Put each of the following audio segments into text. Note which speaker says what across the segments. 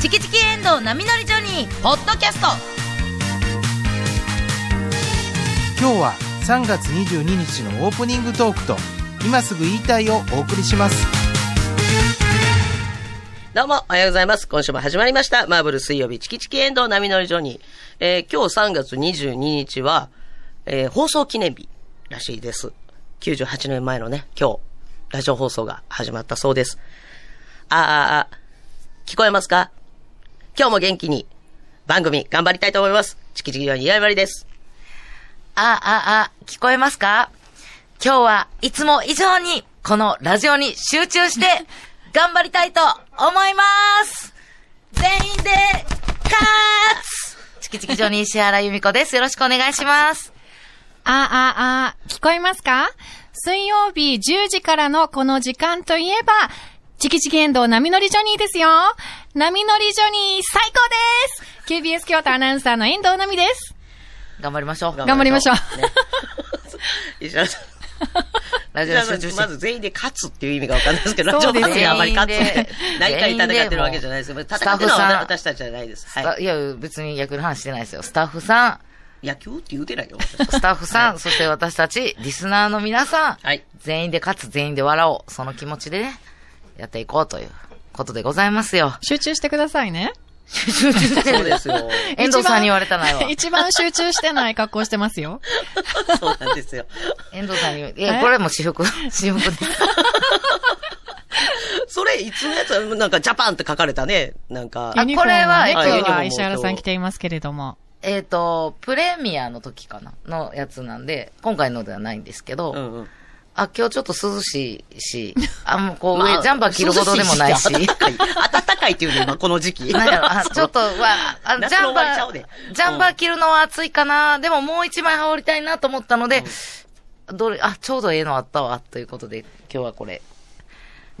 Speaker 1: キチキエンドウ波乗りジョニー」ポッドキャスト
Speaker 2: 今日は3月22日のオープニングトークと今すぐ言いたいをお送りします
Speaker 3: どうも、おはようございます。今週も始まりました。マーブル水曜日、チキチキエンドウ波乗りジョニー。えー今日3月22日は、えー放送記念日らしいです。98年前のね、今日、ラジオ放送が始まったそうです。あーあーあー、聞こえますか今日も元気に、番組頑張りたいと思います。チキチキジョニー、やいばりです。
Speaker 4: あ、あ、あ、聞こえますか今日はいつも以上にこのラジオに集 中して頑張りたいと思います全員で、カーツ チキチキジョニー石原由美子です。よろしくお願いします。
Speaker 5: あ、あ、あ、聞こえますか水曜日10時からのこの時間といえば、チキチキエンドウ波乗りジョニーですよ。波乗りジョニー最高です !KBS 京都アナウンサーの遠藤奈美です。
Speaker 4: 頑張りましょう。
Speaker 5: 頑張りましょう。
Speaker 3: ね石 原さん。
Speaker 4: ラジオ
Speaker 3: 石原
Speaker 4: に
Speaker 3: さ
Speaker 4: 集
Speaker 3: ん
Speaker 4: 中し
Speaker 3: ま
Speaker 4: て。
Speaker 3: ず全員で勝つっていう意味がわかんないですけど、ラジ
Speaker 5: そ
Speaker 3: オ
Speaker 5: うです
Speaker 3: 番組はあまり勝つ
Speaker 4: 全員で
Speaker 3: って、何回戦ってるわけじゃないですけど、
Speaker 4: スタ
Speaker 3: 戦
Speaker 4: ッ
Speaker 3: ってる
Speaker 4: フ
Speaker 3: の
Speaker 4: さん
Speaker 3: は私たちじゃないです。はい。
Speaker 4: いや、別に役の話してないですよ。スタッフさん、
Speaker 3: 野球って言うてないよ。
Speaker 4: スタッフさん、
Speaker 3: はい
Speaker 4: そして私たち、リスナーの皆さん、
Speaker 3: はい
Speaker 4: 全員で勝つ、全員で笑おう。その気持ちでね、やっていこうということでございますよ。
Speaker 5: 集中してくださいね。。
Speaker 4: 集中してる
Speaker 3: そうです よ。
Speaker 4: 遠藤さんに言われたないわ
Speaker 5: 一番集中してない格好してま すよ。
Speaker 3: そうなんですよ。
Speaker 4: 遠藤さんに、いや、
Speaker 5: え
Speaker 4: これも私服、 私服です。
Speaker 3: それ、いつのやつ、なんか、ジャパンって書かれたね。なんか、
Speaker 5: ユニフォームはね、
Speaker 3: こ
Speaker 5: 今
Speaker 3: れはあ
Speaker 5: 日
Speaker 3: ユ
Speaker 5: は
Speaker 3: ニフォーム
Speaker 5: 石原さん着ていますけれども。
Speaker 4: えっと、プレミアの時かなのやつなんで、今回のではないんですけど、
Speaker 3: うんうん。
Speaker 4: あ、今日ちょっと涼しいし、あ、もうこう上、
Speaker 3: まあ
Speaker 4: ジャンパー着るほどでもないし、
Speaker 3: 涼しいし暖かい。暖かいっていうね、今、この時期。
Speaker 4: なんや ろ、あ、ちょっと、わ、あ、ジ
Speaker 3: 夏
Speaker 4: ャ
Speaker 3: の終
Speaker 4: ンパ
Speaker 3: わりちゃうで
Speaker 4: ー、ジャンパー着るのは暑いかな、でももう一枚羽織りたいなと思ったので、どれ、あ、ちょうどええのあったわ、ということで、今日はこれ。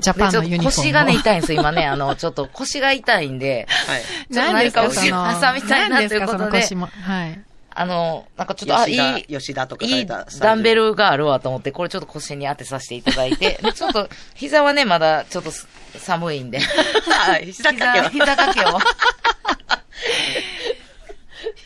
Speaker 5: ジャ
Speaker 4: で、
Speaker 5: パン
Speaker 4: ちょ
Speaker 5: の
Speaker 4: っ
Speaker 5: ユ
Speaker 4: と
Speaker 5: ニフォームを。
Speaker 4: 腰がね、痛いんですよ、今ね。あの、ちょっと腰が痛いんで、
Speaker 3: はい。
Speaker 4: ちょっと何かをし
Speaker 5: 何で
Speaker 4: 挟
Speaker 5: す
Speaker 4: みたいなということで、
Speaker 5: 何ですかその腰も。はい。
Speaker 4: あの、なんかちょっと、あ、い
Speaker 3: 吉田、
Speaker 4: い、
Speaker 3: 吉田とか書
Speaker 4: いい
Speaker 3: いた。
Speaker 4: ダンベ。ルがあるわと思って、これちょっと腰に当てさせていただい て、でちょっと、膝はね、まだちょっとす寒いんで。
Speaker 3: はい。膝掛けは
Speaker 4: 膝、膝掛けを。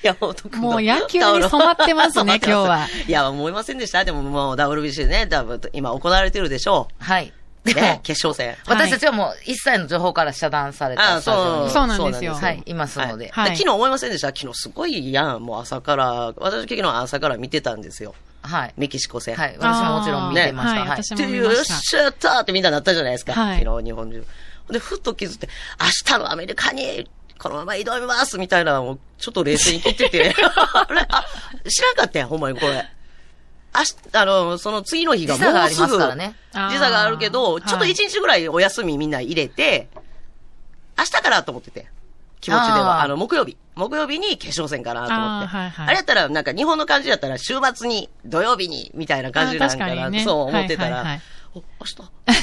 Speaker 3: 山本君の
Speaker 5: もう野球に染まって ますね
Speaker 3: 染ま
Speaker 5: 今
Speaker 3: って
Speaker 5: 日
Speaker 3: ますいや、思いませんでした。でももう WBC ね、多分今行われてるでしょ
Speaker 4: はい。
Speaker 3: う。
Speaker 4: でも、
Speaker 3: ね、決勝戦。
Speaker 4: 私たちはもう一切の情報から遮断され
Speaker 3: あ
Speaker 4: た
Speaker 3: あ
Speaker 4: スタジオ
Speaker 3: そう
Speaker 4: に。
Speaker 5: そうなんですよ
Speaker 4: はい、いますので。
Speaker 5: はい
Speaker 3: で昨日思いませんでした昨日すごいやん。もう朝から、私昨日朝から見てたんですよ。
Speaker 4: はい。
Speaker 3: メキシコ戦。
Speaker 4: はい。私ももちろん見てました。
Speaker 5: あーね
Speaker 4: はい。
Speaker 5: 私
Speaker 3: って
Speaker 5: も見
Speaker 3: いう
Speaker 5: ま
Speaker 3: よっ
Speaker 5: した
Speaker 3: しゃやったーってみんななったじゃないですか。
Speaker 5: はい
Speaker 3: 昨日日本中。で、ふっと気づいて、明日のアメリカに、このまま挑みますみたいなのを、ちょっと冷静に聞いて て、あれあ、知らんかったやん、ほんまにこれ。あし、あの、その次の日がも
Speaker 4: 時差があ
Speaker 3: う
Speaker 4: り
Speaker 3: す
Speaker 4: ます
Speaker 3: ぐ、
Speaker 4: からね
Speaker 5: あー
Speaker 3: 時差があるけど、ちょっと
Speaker 5: はい
Speaker 3: 一日ぐらいお休みみんな入れて、明日からと思ってて、気持ちでは。
Speaker 4: あー
Speaker 3: あの、木曜日。木曜日に決勝戦かなと思って。あ,、
Speaker 5: あーはいはい
Speaker 3: れやったら、なんか日本の感じだったら、週末に、土曜日に、みたいな感じなんか
Speaker 5: あー確
Speaker 3: な、
Speaker 5: かにね
Speaker 3: そう思ってたら、
Speaker 5: はいはいはい
Speaker 3: お、明日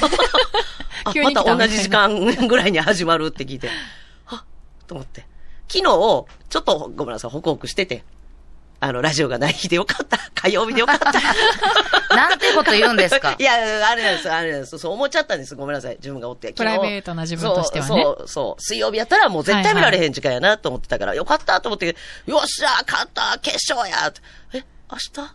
Speaker 3: あ
Speaker 5: 急
Speaker 3: ま
Speaker 5: に来た
Speaker 3: た同じ時間ぐらいに始まるって聞いて、 はっと思って。昨日、ちょっとごめんなさい、ホクホクしてて、あの、ラジオがない日でよかった。火曜日でよかった。
Speaker 4: なんてこと言うんですか
Speaker 3: いや、あれなんです、あれなんです。そう思っちゃったんです。ごめんなさい。自分がおって。
Speaker 5: プライベートな自分としてはね
Speaker 3: そう、そう、そう。水曜日やったらもう絶対見られへん時間やなと思ってたから、よかったと思って、よっしゃ勝った決勝やえ、明 日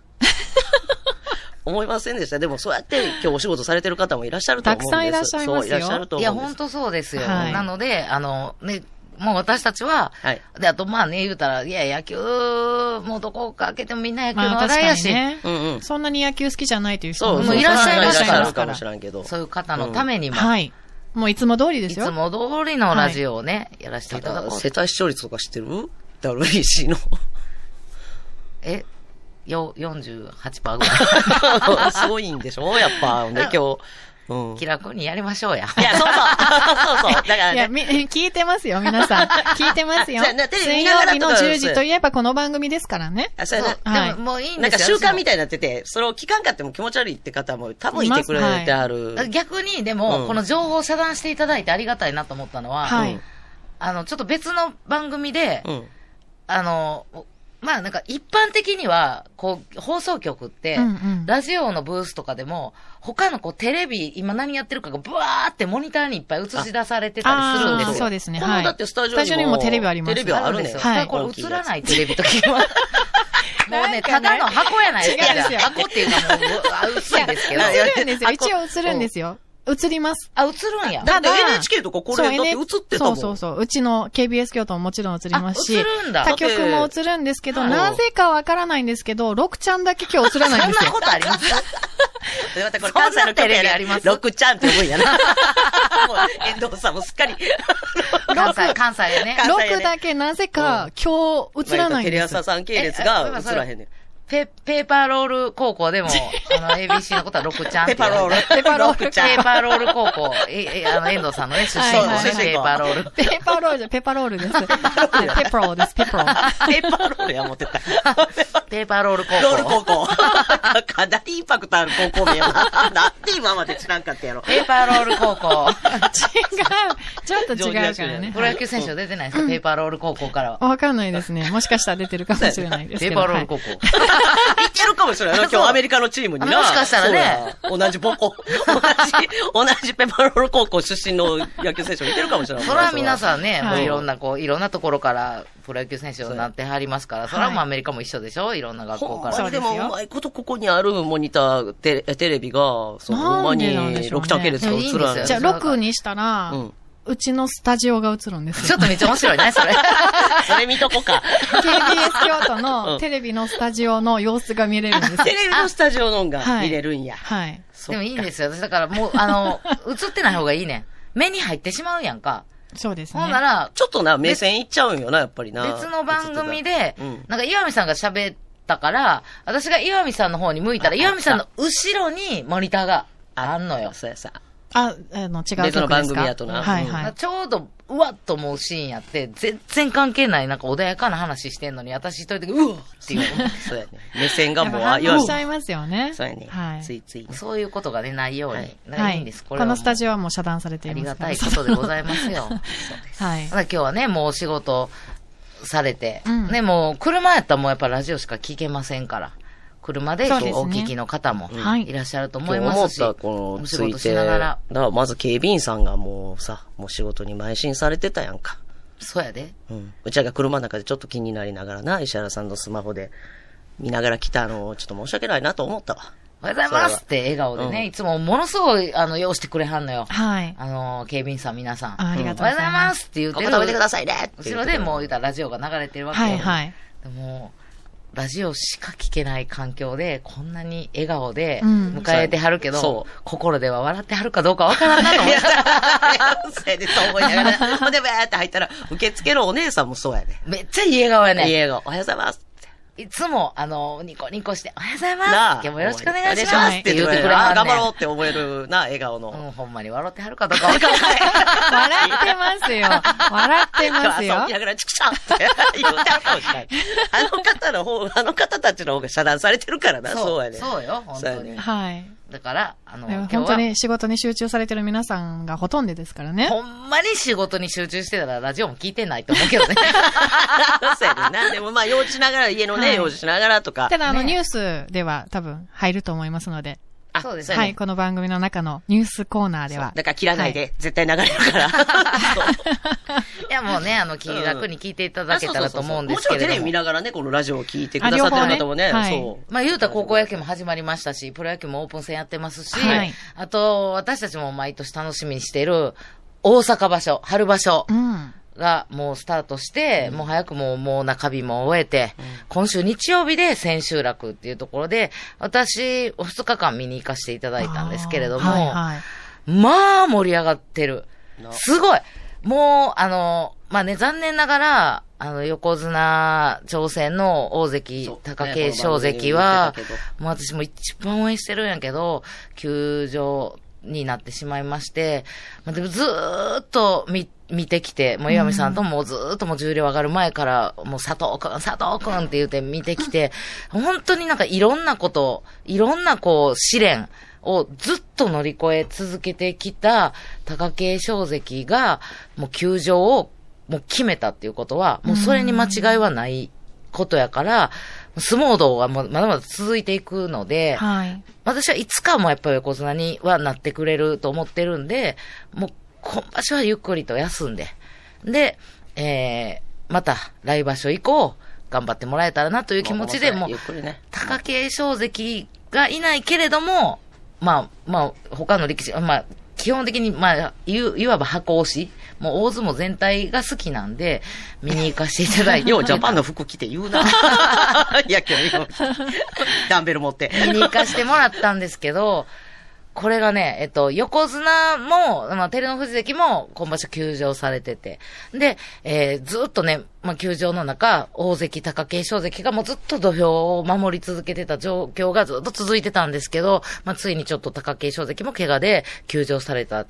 Speaker 3: 思いませんでした。でもそうやって今日お仕事されてる方もいらっしゃると思うんです。
Speaker 5: たくさんいらっしゃいま
Speaker 3: そう、
Speaker 5: すよ
Speaker 3: いらっしゃると思
Speaker 4: いや、
Speaker 3: うんです。
Speaker 4: 本当そうですよ。
Speaker 5: はい
Speaker 4: なので、あの、ね、もう私たちは、
Speaker 3: はい
Speaker 4: で、あとまあね、言うたら、いや、野球、もうどこか開けてもみんな野球の
Speaker 5: ま
Speaker 4: 話
Speaker 5: あ確
Speaker 4: 題や
Speaker 5: かに
Speaker 4: し、
Speaker 5: ね。
Speaker 3: うんうん
Speaker 5: そんなに野球好きじゃないという人
Speaker 3: そう、
Speaker 4: も
Speaker 3: そう
Speaker 4: いらっしゃいます
Speaker 3: そ
Speaker 4: から
Speaker 3: うらっしゃる
Speaker 5: か
Speaker 3: からもし。らんけど。
Speaker 4: そういう方のためにも、
Speaker 5: はい。もういつも通りで
Speaker 4: い
Speaker 5: す
Speaker 4: つ
Speaker 5: よ。
Speaker 4: も通りのラジオをね、やらせて
Speaker 3: た
Speaker 4: いただ
Speaker 3: だ、
Speaker 4: こう
Speaker 3: 世。帯視聴率とか知ってる ?WBC の。
Speaker 4: え、よ、48%ぐ ら
Speaker 3: すごいんでしょやっぱ、 ね、今日。うん
Speaker 4: い。気楽にやりましょう や。
Speaker 3: いや、そうそう。そうそう。だから
Speaker 5: い
Speaker 3: ね。
Speaker 5: や、み、 聞いてますよ、皆 さん。聞いてますよ
Speaker 3: そうやな。テレビ見
Speaker 5: 水
Speaker 3: な
Speaker 5: 曜
Speaker 3: がら
Speaker 5: 日の
Speaker 3: とか
Speaker 5: 10時といえばこの番組ですからね。
Speaker 3: あ、そうや
Speaker 4: そう
Speaker 3: な。
Speaker 5: はい
Speaker 4: でももういいん
Speaker 3: なんか
Speaker 4: です
Speaker 3: 習
Speaker 4: よ。
Speaker 3: 慣みたいになってて、それを聞かんかっても気持ち悪いって方も多分いてくれてある。
Speaker 4: 逆に、でも、
Speaker 3: うん
Speaker 4: この情報を遮断していただいてありがたいなと思ったのは、
Speaker 5: は
Speaker 3: うん
Speaker 5: い。
Speaker 4: あの、ちょっと別の番組で、
Speaker 3: うん。
Speaker 4: あの、おまあなんか一般的には、こう、放送局って、
Speaker 5: うんうん
Speaker 4: ラジオのブースとかでも、他のこうテレビ、今何やってるかがブワーってモニターにいっぱい映し出されてたりするんです
Speaker 5: あー
Speaker 4: よ。
Speaker 5: そうですね。
Speaker 3: この
Speaker 5: はい。
Speaker 3: だってスタジオにも
Speaker 5: テレビあります。
Speaker 3: テレビは
Speaker 4: あ
Speaker 3: あ
Speaker 4: る
Speaker 3: る
Speaker 4: ん
Speaker 3: ん
Speaker 4: で
Speaker 3: ですす
Speaker 4: よ。
Speaker 3: よ
Speaker 4: だから
Speaker 5: はい
Speaker 4: これ映らないテレビときは。もうね、ただの箱やないですか。
Speaker 5: 違うんですよ
Speaker 4: 箱っていうかもうあ、薄いですけど。
Speaker 5: 映るんですよ。
Speaker 4: あこ
Speaker 5: 一応映るんですよ。映ります。
Speaker 4: あ、映るんや。
Speaker 5: だ
Speaker 3: だって
Speaker 5: ただ
Speaker 3: NHK とかこれ
Speaker 5: そ
Speaker 3: だ
Speaker 5: う
Speaker 3: って映
Speaker 5: N-
Speaker 3: ってたもん。
Speaker 5: そうそうそう。うちの KBS 京都ももちろん映りますし。
Speaker 4: あ映るんだ
Speaker 5: 他局も映るんですけど、なぜかわからないんですけど、6ちゃんだけ今日映らない
Speaker 4: そ
Speaker 5: ん
Speaker 4: ん
Speaker 5: です
Speaker 4: な
Speaker 5: よ。
Speaker 4: ことあります
Speaker 3: でまたこれ関西のテレビあります。ロックちゃんって思うんやな。もう遠藤さんもすっかり。
Speaker 4: 関西、関西でね。
Speaker 3: 関西や
Speaker 5: 6
Speaker 3: ね
Speaker 5: だけなぜか今日映らないん
Speaker 3: テレ
Speaker 5: です
Speaker 3: 朝。さん系列が映らへんねん。
Speaker 4: ペ、ペーパーロール高校でも、あの、ABC のことはロクちゃんっ
Speaker 3: ペ
Speaker 4: て呼
Speaker 3: パ
Speaker 4: んで
Speaker 3: ロール。ペ
Speaker 5: パロール
Speaker 3: ち
Speaker 4: ペ
Speaker 3: ゃん。
Speaker 4: ーパーロール高校、え、え、あの、遠藤さんのね、出身
Speaker 5: はい
Speaker 4: の
Speaker 5: はい
Speaker 4: ね
Speaker 5: はい
Speaker 4: ペーパーロール。
Speaker 5: ペーパーロールじゃ、ペーパーロールです。はいペプロです、ペプロ。
Speaker 3: ペパロールや思って た。
Speaker 4: ペーパーロール高校。
Speaker 3: ロール高校。 かなりインパクトある高校名やな。なんで今まで知らんかったや ろ。
Speaker 4: ペーパーロール高校。
Speaker 5: 違う。ちょっと違うからね
Speaker 4: プ。ロ野球選手は出てないですか、ペーパーロール高校からは。
Speaker 5: わかんないですね。もしかしたら出てるかもしれないです
Speaker 4: ペ
Speaker 5: け
Speaker 4: ー
Speaker 5: ど。
Speaker 4: パーロール
Speaker 5: はい
Speaker 4: 高校。
Speaker 3: いけるかもしれないな。今日アメリカのチームにな。
Speaker 4: もしかしたらね
Speaker 3: そうや。同じ母校、同じ、同じペパロール高校出身の野球選手もいけるかもしれない。
Speaker 4: それは皆
Speaker 3: ん。
Speaker 4: さんね、
Speaker 5: はい
Speaker 4: もういろんな、こう、いろんなところからプロ野球選手になってはりますから、それはもうアメリカも一緒でしょいろんな学
Speaker 3: ほ
Speaker 4: 校
Speaker 3: ん
Speaker 4: か
Speaker 3: ま
Speaker 5: そ
Speaker 4: ら。
Speaker 5: う
Speaker 3: に
Speaker 5: で
Speaker 3: です
Speaker 5: よ
Speaker 3: も、うまいことここにあるモニター、テレテレビが、そのほん
Speaker 5: な
Speaker 3: ま
Speaker 5: んで
Speaker 3: に
Speaker 5: なんでしょうね
Speaker 3: 6着系列が映ら
Speaker 4: いやいいんですよ
Speaker 5: じゃあ、
Speaker 4: その
Speaker 5: 6にしたら、
Speaker 3: う
Speaker 5: うんちのスタジオが映るんです
Speaker 4: ちょ
Speaker 5: よ
Speaker 4: っ。とめっちゃ面白いね、それ。
Speaker 3: それ見とこ か。
Speaker 5: KBS 京都
Speaker 3: う
Speaker 5: の
Speaker 3: ん
Speaker 5: テレビのスタジオの様子が見れるんです
Speaker 3: テ
Speaker 5: よ。
Speaker 3: レビのスタジオのんが
Speaker 5: はい
Speaker 3: 見れるんや。
Speaker 5: はい。
Speaker 3: そ
Speaker 4: で
Speaker 3: う
Speaker 4: もいいんですよ。だからもう、あの、映ってない方がいいねん。目に入ってしまうやんか。
Speaker 5: そうですね。
Speaker 4: ほんなら、
Speaker 3: ちょっとな、目線いっちゃうんよな、やっぱりな。
Speaker 4: 別の番組
Speaker 3: 映って
Speaker 4: で
Speaker 3: たらうん、
Speaker 4: なんか岩見さんが喋ったから、私が岩見さんの方に向いたら、
Speaker 3: あ
Speaker 4: 岩見さんの後ろにモニターがあんのよ。
Speaker 3: そうやさ。
Speaker 5: あ、あの、違う曲です
Speaker 3: 別
Speaker 5: か
Speaker 3: の番組やとな
Speaker 5: はいは。
Speaker 4: ないちょうど、うわっと思うシーンやって、全然関係ない、なんか穏やかな話してんのに、私一人で、うわっっていう。
Speaker 3: そうやね。目線が
Speaker 5: やっ
Speaker 3: も
Speaker 5: ぱ
Speaker 3: う、あ、
Speaker 5: 反
Speaker 3: いわ
Speaker 5: 応
Speaker 3: ゆ
Speaker 5: し
Speaker 3: る
Speaker 5: ちゃいますよね。
Speaker 3: そうやね。
Speaker 5: はい。
Speaker 3: ついついね。
Speaker 4: そういうことがね、ないよう
Speaker 3: は
Speaker 4: に
Speaker 3: い。
Speaker 4: な
Speaker 5: はい
Speaker 4: いいんです、これはもう。
Speaker 5: のスタジオはもう遮断されて
Speaker 4: あ
Speaker 5: い
Speaker 4: り
Speaker 5: ます
Speaker 4: が
Speaker 5: か
Speaker 4: たいこ
Speaker 5: ら
Speaker 4: とでございますよ。
Speaker 5: はい
Speaker 4: だ。から今日はね、もうお仕事されて、
Speaker 5: うん
Speaker 4: ね、もう車やったらもうやっぱラジオしか聞けませんから、車でこ
Speaker 5: そう
Speaker 4: う
Speaker 5: ですね
Speaker 4: お聞きの方も
Speaker 5: はい
Speaker 4: いらっしゃると思
Speaker 3: 今
Speaker 4: い
Speaker 3: 日
Speaker 4: ま
Speaker 3: 思っ
Speaker 4: すし、
Speaker 3: た、こ
Speaker 4: お
Speaker 3: の、
Speaker 4: 仕
Speaker 3: つい、
Speaker 4: 事してなが
Speaker 3: だ
Speaker 4: ら
Speaker 3: か、らまず警備員さんがもうさ、もう仕事に邁進されてたやんか。
Speaker 4: そうやで。
Speaker 3: うん。うちらが車の中でちょっと気になりながらな、石原さんのスマホで見ながら来たのを、ちょっと申し訳ないなと思ったわ。
Speaker 4: おはようございますって笑顔でね、
Speaker 3: うん
Speaker 4: いつもものすごい、あの、用してくれはんのよ。
Speaker 5: はい。
Speaker 4: あの、警備員さん皆さん。
Speaker 5: あありがとうございま
Speaker 4: おはようご
Speaker 5: す
Speaker 4: ざいますって言って
Speaker 3: ここ
Speaker 4: る。
Speaker 3: 食べてくださいね
Speaker 4: 後ろでもう 言うたらラジオが流れてるわけよ
Speaker 5: はいはい。
Speaker 4: でも、ラジオしか聞けない環境で、こんなに笑顔で
Speaker 5: うん
Speaker 4: 迎えてはるけど
Speaker 3: そ、
Speaker 4: 心では笑ってはるかどうかわからんなと 思って。
Speaker 3: そうやね、そう思いながら。ほんで、ばーって入ったら、受付のお姉さんもそうやね。
Speaker 4: めっちゃいい笑顔やね。
Speaker 3: 家が、おはようございます。
Speaker 4: いつも、あの、ニコニコして、おはようございます
Speaker 3: なあ。
Speaker 4: 今日もよろしくお願いし
Speaker 5: お
Speaker 4: ま
Speaker 5: 願
Speaker 4: す
Speaker 5: いします
Speaker 4: って言ってくれは
Speaker 3: あ
Speaker 4: んね
Speaker 3: 頑
Speaker 4: ん
Speaker 3: 張ろうって思えるな、笑顔の。
Speaker 4: うん、ほんまに笑ってはるかどうかわからない。
Speaker 5: 笑ってますよ。笑ってますよ
Speaker 3: 朝 起き。ながらチクシャンって言うてあるかもしれない。あの方の方、あの方たちの方が遮断されてるからな、そうやね。
Speaker 4: そうよ、本
Speaker 3: そう
Speaker 4: 当
Speaker 3: や
Speaker 4: に
Speaker 3: ね。
Speaker 5: はい。
Speaker 4: だから、あの、
Speaker 5: でも
Speaker 4: 今日
Speaker 5: 本当
Speaker 4: は、
Speaker 5: に仕事に集中されてる皆さんがほとんどですからね。
Speaker 4: ほんまに仕事に集中してたらラジオも聞いてないと思うけどね。
Speaker 3: そうやねんな。でもまあ、用事しながら、家の
Speaker 5: はい
Speaker 3: ね、用事しながらとか
Speaker 5: た。だ、あの、ニ
Speaker 4: ね
Speaker 5: ュースでは多分入ると思いますので。
Speaker 3: あ
Speaker 4: そうですね
Speaker 3: や
Speaker 5: はい、この番組の中のニュースコーナーでは。
Speaker 3: だから切らないで、絶対流れる から。そう
Speaker 4: いや、もうね、あの、気楽に聞いていただけたらと思うんです
Speaker 3: もちろ
Speaker 4: けれ
Speaker 3: んテレ
Speaker 4: ど
Speaker 3: ビ
Speaker 4: も
Speaker 3: 見。ながらね、このラジオを聞いてくださってる方もね
Speaker 5: あ両方、ね
Speaker 3: そ
Speaker 4: まあ、言うたら高校野球も始まりましたし、プロ野球もオープン戦やってますし、
Speaker 5: はい
Speaker 4: あと、私たちも毎年楽しみにしている、大阪場所、春場所
Speaker 5: うん。
Speaker 4: がもうスタートして、もう早くもう、もう中日も終えて、今週日曜日で千秋楽っていうところで、私、2日間見に行かせていただいたんですけれども、
Speaker 5: はいはい。
Speaker 4: まあ盛り上がってる
Speaker 3: な。
Speaker 4: すごいもう、あの、まあね、残念ながら、あの、横綱挑戦の大関
Speaker 3: そう、
Speaker 4: 貴
Speaker 3: ね
Speaker 4: 景
Speaker 3: この
Speaker 4: 勝
Speaker 3: 番組でも
Speaker 4: 関
Speaker 3: 言っ
Speaker 4: は
Speaker 3: てたけど、
Speaker 4: もう私も一番応援してるんやけど、休場になってしまいまして、まあ、でもずーっと見、見てきて、もう岩見さんともずーっともう重量上がる前から、もう佐藤くん、佐藤くんって言って見てきて、本当になんかいろんなこと、いろんなこう試練をずっと乗り越え続けてきた貴景勝関が、もう休場をもう決めたっていうことは、もうそれに間違いはないことやから、相撲道はもうまだまだ続いていくので、
Speaker 5: はい。
Speaker 4: 私はいつかもやっぱり横綱にはなってくれると思ってるんで、もう今場所はゆっくりと休んで、で、えー、また来場所以降、頑張ってもらえたらなという気持ちで、もう
Speaker 3: ゆっ、くりね。
Speaker 4: 貴景勝関がいないけれども、まあ、まあ、他の力士、まあ、基本的に、まあ、いう、いわば箱推し、もう大相撲全体が好きなんで、見に行かせていただ いて。
Speaker 3: ようジャパンの服着て言う な。野球 のようにダンベル持って。
Speaker 4: 見に行かしてもらったんですけど、これがね、えっと、横綱も、まあ、照ノ富士関も今場所休場されてて。で、えーずっとね、まあ、休場の中、大関、貴景勝関がもうずっと土俵を守り続けてた状況がずっと続いてたんですけど、まあ、ついにちょっと貴景勝関も怪我で休場された。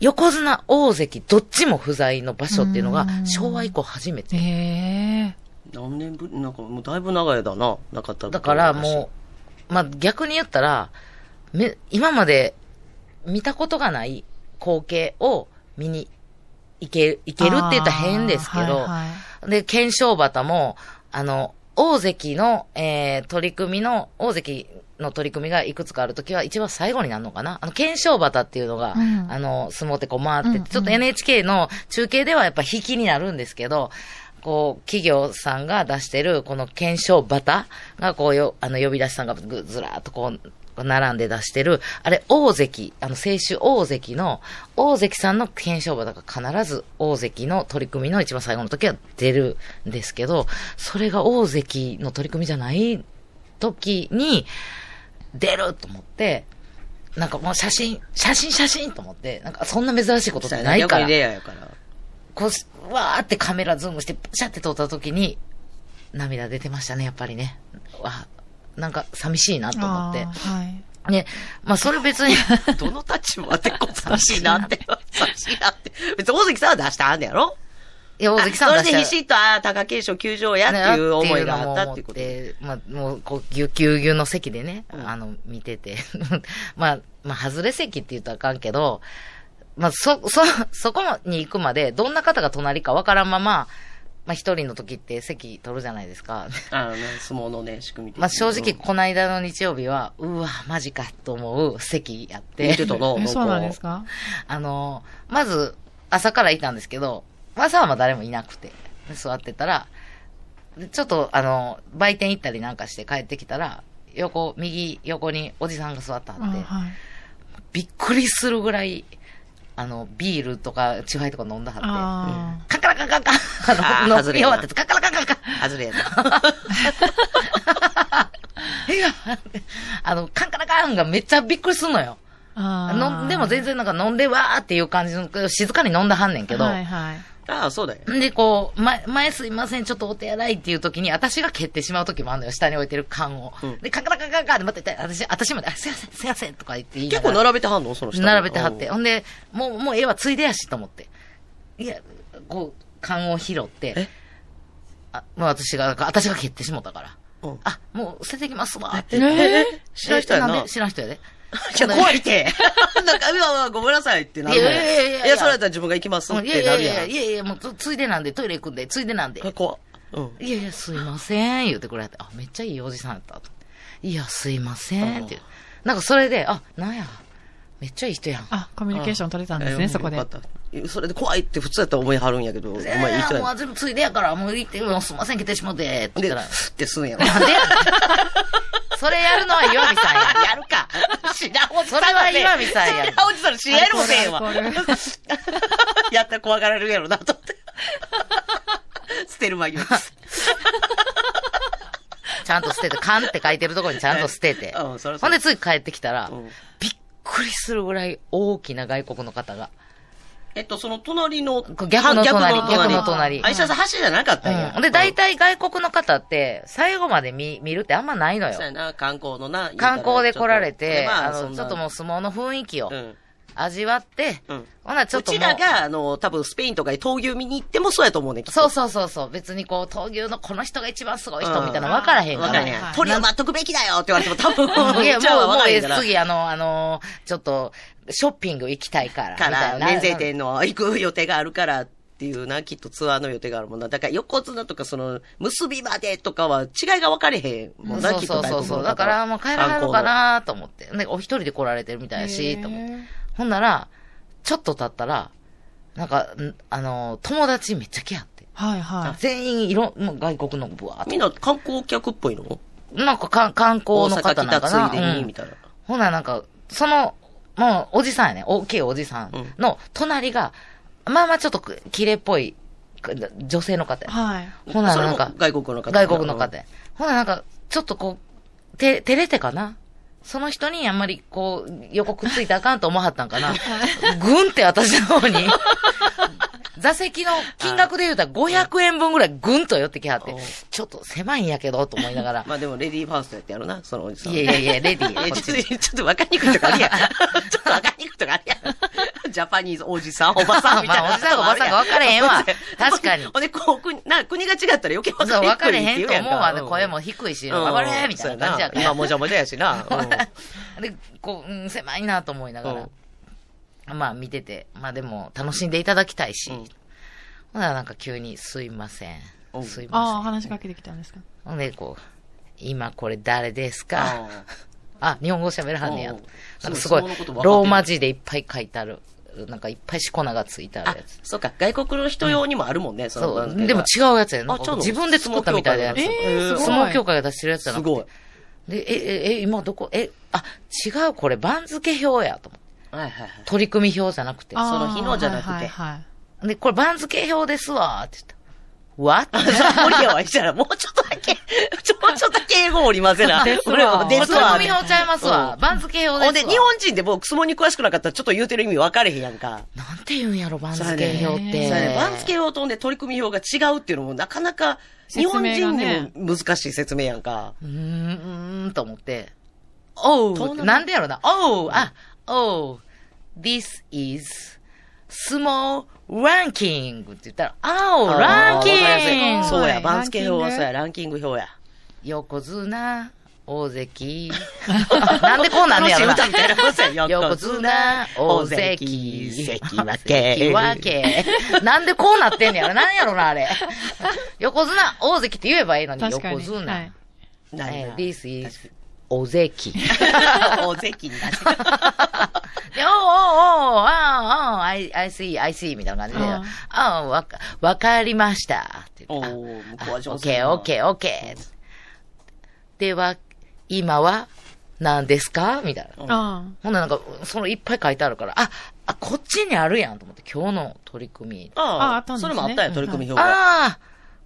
Speaker 4: 横綱、大関、どっちも不在の場所っていうのが
Speaker 5: う、ん
Speaker 4: 昭和以降初めて。
Speaker 5: ええ
Speaker 3: 何年ぶりなんかもうだいぶ長い間な、なかった
Speaker 4: だからもう、まあ、逆に言ったら、め、今まで見たことがない光景を見に行け、行けるって言ったら変ですけど、
Speaker 5: あーはいはい
Speaker 4: で、検証旗も、あの、大関の、えー、取り組みの、大関の取り組みがいくつかあるときは、一番最後になるのかなあの、検証旗っていうのが、
Speaker 5: うん
Speaker 4: あの、相撲ってこう回ってて、
Speaker 5: うんうん
Speaker 4: ちょっと NHK の中継ではやっぱ引きになるんですけど、こう、企業さんが出してる、この検証旗が、こうよ、あの、呼び出しさんがぐずらーっとこう、並んで出してる、あれ、大関、あの、清酒大関の、大関さんの検証場だから必ず大関の取り組みの一番最後の時は出るんですけど、それが大関の取り組みじゃない時に、出ると思って、なんかもう写真、写真写真と思って、なんかそんな珍しいことって
Speaker 3: な
Speaker 4: ないい
Speaker 3: か。
Speaker 4: からら
Speaker 3: 逆に。レアやから。
Speaker 4: こうし、わーってカメラズームして、プシャって撮った時に、涙出てましたね、やっぱりね。わなんか寂しいなと思って
Speaker 5: あー。はい。
Speaker 4: ね、まあそれ別に、
Speaker 3: どの立場でこう、寂しいなって、寂しいなって。別に大関さんは出したあんねやろ
Speaker 4: いや、大関さん
Speaker 3: あ
Speaker 4: は
Speaker 3: それで
Speaker 4: 出
Speaker 3: ひ
Speaker 4: し
Speaker 3: しっと、ああ、貴景勝休場やっていう思いがあったっていうことで。
Speaker 4: で。まあ、もう、こう、ぎゅうぎゅうぎゅうの席でね、
Speaker 3: うん
Speaker 4: あの、見て て。まあ、まあ、外れ席って言ったらあかんけど、まあ、そ、そ、そこに行くまで、どんな方が隣かわからんまま、まあ、一人の時って席取るじゃないですか。
Speaker 3: あのね、相撲のね、仕組み的に
Speaker 4: まあ、正直、
Speaker 3: うん
Speaker 4: この間の日曜日は、うわ、マジかと思う席やって。
Speaker 3: 見てたの
Speaker 5: え、そうなんですか
Speaker 4: あの、まず、朝からいたんですけど、朝はまあ誰もいなくて、座ってたら、ちょっと、あの、売店行ったりなんかして帰ってきたら、横、右横におじさんが座っては
Speaker 5: あ
Speaker 4: って、
Speaker 5: はい。
Speaker 4: びっくりするぐらい、あの、ビールとか、チューハイとか飲んだはって、
Speaker 5: あ
Speaker 4: カンカラカンカンカン、あ
Speaker 3: あー
Speaker 4: の、
Speaker 3: 外れ
Speaker 4: 飲み
Speaker 3: や
Speaker 4: 終
Speaker 3: な
Speaker 4: わって、カンカラカンカンカン、
Speaker 3: 外れやな。
Speaker 4: あの、カンカラカンがめっちゃびっくりすんのよ。
Speaker 5: ーあー。
Speaker 4: 飲んでも全然なんか飲んでわーっていう感じの、静かに飲んだはんねんけど、
Speaker 5: はいはい。
Speaker 3: ああ、そうだよ。
Speaker 4: んで、こう、ま、前すいません、ちょっとお手洗いっていう時に、私が蹴ってしまう時もあるのよ、下に置いてる缶を。
Speaker 3: うん
Speaker 4: で、カンカンカンカンカンって待ってて、私、私まで、あ、すいません、すいません、とか言って言いな
Speaker 3: 結
Speaker 4: が
Speaker 3: 構
Speaker 4: ら
Speaker 3: 並べてはんのその人。
Speaker 4: 並べてはって。
Speaker 3: うん。
Speaker 4: ほんで、もう、もうええわ、ついでやし、と思って。いや、こう、缶を拾って
Speaker 3: え、
Speaker 4: あ、もう私が、私が蹴ってしもたから。
Speaker 3: うん
Speaker 4: あ、もう捨ててきますわ、って。
Speaker 3: え、え、え知らん人や
Speaker 4: え
Speaker 3: な。
Speaker 4: んで知らん人やで。
Speaker 3: いや、怖いて。 なんか、うわうわ、ごめんなさいってなるの
Speaker 4: いやいやいやいや
Speaker 3: いや、それやったら自分が行きますっ
Speaker 4: いや
Speaker 3: て
Speaker 4: いや
Speaker 3: ないる
Speaker 4: や
Speaker 3: や
Speaker 4: いやいや、もうつついでなんで、トイレ行くんで、ついでなんで。
Speaker 3: ん。怖っうん。
Speaker 4: いやいや、すいません、言うてくれはって、あ、めっちゃいいおじさんやった、と。いや、すいません、っていう。なんかそれで、あ、なんや、めっちゃいい人やん。
Speaker 5: あ、コミュニケーション取れたんです
Speaker 3: え
Speaker 5: ね、
Speaker 3: ー
Speaker 5: そこで。
Speaker 3: よかったそれで怖いって普通やったら思いはるんやけど、お前いい人
Speaker 4: えーも
Speaker 3: や
Speaker 4: う全部ついでやから、もう行って、もうすいません、来てしもうて、って
Speaker 3: ん。
Speaker 4: 言
Speaker 3: で、
Speaker 4: ったら。
Speaker 3: ふってすんやろ。
Speaker 4: なんでやねんそれやるのは岩見さんや。やるか。
Speaker 3: 知らんおじさ
Speaker 4: そ
Speaker 3: ん
Speaker 4: れは岩見
Speaker 3: 見
Speaker 4: さんや
Speaker 3: 知。らんおじさんの知り合いのもせえわ
Speaker 5: アルコールアルコ。
Speaker 3: やったら怖がられるやろな、と思って。 捨てる間際 に
Speaker 4: ちゃんと捨てて、缶って書いてるところにちゃんと捨てて。
Speaker 3: えうんそらそう
Speaker 4: ほんで次帰ってきたら、
Speaker 3: うん
Speaker 4: びっくりするぐらい大きな外国の方が。
Speaker 3: えっと、その隣の、
Speaker 4: こう逆の隣逆の隣
Speaker 3: あ、石田さん、橋じゃなかったんや。
Speaker 4: うん。で、大体外国の方って、最後まで見、見るってあんまないの
Speaker 3: うん、
Speaker 4: よ
Speaker 3: そう。やな、観光のな、
Speaker 4: 観光で来られて、
Speaker 3: ま
Speaker 4: あの、ちょっともう相撲の雰囲気を
Speaker 3: う、ん。
Speaker 4: 味わって、
Speaker 3: うん
Speaker 4: ほな、ちょ
Speaker 3: う
Speaker 4: っとも
Speaker 3: ち
Speaker 4: う。
Speaker 3: らが、あの、多分スペインとかに闘牛見に行ってもそうやと思うねん、きっと
Speaker 4: そうそうそうそう。別にこう、闘牛のこの人が一番すごい人みたいなの分からへんか
Speaker 3: わ
Speaker 4: ら。
Speaker 3: かんへん
Speaker 5: は。い
Speaker 3: 鳥を待っとくべきだよって言われても多分、
Speaker 4: いや、
Speaker 3: うちら
Speaker 4: も
Speaker 3: は
Speaker 4: う、も
Speaker 3: わ
Speaker 4: う
Speaker 3: かんへ
Speaker 4: え
Speaker 3: んから
Speaker 4: 次、あの、あの、ちょっと、ショッピング行きたいから。
Speaker 3: か
Speaker 4: みた
Speaker 3: ら、
Speaker 4: いな
Speaker 3: 免税店の行く予定があるからってっていうな、きっとツアーの予定があるもんな。だから横綱とかその、結びまでとかは違いが分かれへんもんな、
Speaker 4: そう
Speaker 3: きっ
Speaker 4: そ
Speaker 3: と外国の方
Speaker 4: う
Speaker 3: は。
Speaker 4: そうそう。だから、もう帰らはるのか
Speaker 3: 観
Speaker 4: なと思って。ね、お一人で来られてるみたいやし、と思って。ほんなら、ちょっと経ったら、なんか、んあの、友達めっちゃ来やって。
Speaker 6: はいはい。
Speaker 4: 全員いろん、もう外国のブワーっ
Speaker 3: 光
Speaker 4: と
Speaker 3: で。みんな観光客っぽいの
Speaker 4: なんかかん観光
Speaker 3: 大
Speaker 4: の
Speaker 3: 阪
Speaker 4: 方な
Speaker 3: 来
Speaker 4: んか
Speaker 3: た
Speaker 4: な。
Speaker 3: ついでに、
Speaker 4: うん
Speaker 3: みたいな。
Speaker 4: ほな、なんか、その、もう、おじさんやね。大きいおじさ
Speaker 3: うんん
Speaker 4: の隣が、まあまあちょっとく、綺麗っぽい、く女性の方や。
Speaker 6: はい。
Speaker 4: ほな、
Speaker 3: それ
Speaker 4: な
Speaker 3: も
Speaker 4: んか、
Speaker 3: 外国の方。
Speaker 4: 外国の方や。ほな、なんか、ちょっとこう、て、照れてかなその人にあんまりこう、横くっついてあかんと思わはったん かなぐんって私の方に。座席の金額で言うたら500円分ぐらいぐんと寄ってきはって
Speaker 3: おう、
Speaker 4: ちょっと狭いんやけど、と思いながら。
Speaker 3: まあでも、レディーファーストやってやろな、 そのおじさん。
Speaker 4: いやいやいや、レディー
Speaker 3: え
Speaker 4: こっち
Speaker 3: ちょっと、ちょっと分かりにくいとかある やん。ちょっと分かりにくいとかあるやん。ジャパニーズおじさん、おばさんみたいな。
Speaker 4: まあおじさんおばさんが分かれへんわ確かに
Speaker 3: ほんで、こう、国な国が違ったら余計分
Speaker 4: そう、分か
Speaker 3: か
Speaker 4: れ
Speaker 3: れ
Speaker 4: へ
Speaker 3: へんっ
Speaker 4: んと
Speaker 3: てい
Speaker 4: 思うわね。
Speaker 3: ん
Speaker 4: 声も低いし、
Speaker 3: うん
Speaker 4: 頑張れみたいな感じやか
Speaker 3: そうや
Speaker 4: ら。
Speaker 3: 今もじゃもじゃやし な。うん
Speaker 4: で、こう、うん、狭いなと思いなが
Speaker 3: う
Speaker 4: ら。まあ、見てて。まあ、でも、楽しんでいただきたいし。
Speaker 3: うん
Speaker 4: ほな、なんか急に、すいません
Speaker 3: う。ん
Speaker 4: すい
Speaker 6: ああ、
Speaker 4: ま
Speaker 6: 話しかけてきたんですか。
Speaker 4: せん。ほんで、こう、今これ誰ですか
Speaker 3: あ
Speaker 4: あ、日本語喋らはんねや
Speaker 3: うん。
Speaker 4: なんかすごい
Speaker 3: そうそのこと分かって、る
Speaker 4: ローマ字でいっぱい書いてある。なんかいっぱいしこ名がついてあ
Speaker 3: あ
Speaker 4: るやつ。
Speaker 3: そうか、外国の人用にもあるもんね、その
Speaker 4: そ
Speaker 3: 番
Speaker 4: う。
Speaker 3: 組
Speaker 4: でも
Speaker 3: が。
Speaker 4: 違うやつやな。
Speaker 3: あちょっと
Speaker 4: 自分で作ったみたいなやつ。
Speaker 6: ええ
Speaker 3: えー
Speaker 6: す
Speaker 4: 相
Speaker 6: ごい。
Speaker 4: 撲協会が出してるやつじゃな
Speaker 3: す
Speaker 4: くて
Speaker 3: ごい。
Speaker 4: で、え、え、え、今どこ、え、あ、違う、これ番付表やと思って。
Speaker 3: はいはいはい。
Speaker 4: 取り組み表じゃなくて。
Speaker 6: あー
Speaker 3: その日のじゃなくて
Speaker 6: はいはいはい
Speaker 4: で、これ番付表ですわ、って言っ
Speaker 3: じ
Speaker 4: た。What?
Speaker 3: ゃあ、森谷はいいじゃん。もうちょっとだけ、ちょ、もうちょっとだけ英語を折り混ぜな。
Speaker 6: です わ
Speaker 3: 俺はですわ。
Speaker 4: 取り組み表ちゃいますわ。
Speaker 3: うん
Speaker 4: 番付表
Speaker 3: ほんで、
Speaker 4: ですわ。
Speaker 3: 日本人で僕、相撲に詳しくなかったら、ちょっと言うてる意味分かれへんやんか。
Speaker 4: なんて言うんやろ、番付表っ
Speaker 6: え
Speaker 4: て。
Speaker 6: ー
Speaker 3: そうやね番付表とんで取り組み表が違うっていうのも、なかなか、日
Speaker 6: 説明が
Speaker 3: 本
Speaker 6: ね
Speaker 3: 人にも難しい説明やんか。
Speaker 4: うーん、うーん、と思って。おう、なんでやろな。おう、あ、おう、this is 相撲ランキングって言ったら、あお、ランキ
Speaker 3: あーわかり
Speaker 4: ン
Speaker 3: や
Speaker 4: グ
Speaker 3: すいそうや、
Speaker 6: ランキン
Speaker 3: 番付
Speaker 6: グ
Speaker 3: 表はそうや、ランキング表や。
Speaker 4: 横綱、大関。なんでこうなんねやろな。
Speaker 3: 楽しい歌みたいなことや
Speaker 4: 横綱、大関、
Speaker 3: 関脇。関
Speaker 4: わ。け。なんでこうなってんねやろなんやろな、あれ。横綱、大関って言えばいいのに、
Speaker 6: 確か
Speaker 4: 横
Speaker 6: に。は
Speaker 4: 綱
Speaker 6: い。。
Speaker 3: ない
Speaker 4: え
Speaker 3: な
Speaker 4: ー This is 大関。で、
Speaker 3: 大関にな って
Speaker 4: おうおうおう、ああ、ああ、I, I see, I see, みたいな感じで、
Speaker 6: うん
Speaker 4: ああ、わか、わかりました。って
Speaker 3: お
Speaker 4: 言って
Speaker 3: ー、向こうは
Speaker 4: オ
Speaker 3: 上
Speaker 4: ッ
Speaker 3: 手
Speaker 4: ケ
Speaker 3: や
Speaker 4: ー
Speaker 3: な
Speaker 4: オッケーオッケー。では、今は何ですかみたいな。
Speaker 6: あ
Speaker 4: ほんならなんか、そのいっぱい書いてあるから、あ、あ、こっちにあるやんと思って、今日の取り組み。
Speaker 6: ああ
Speaker 3: あ
Speaker 6: った
Speaker 3: あ、
Speaker 6: んですね
Speaker 3: それもあったやん、取り組み表が。
Speaker 4: ああ、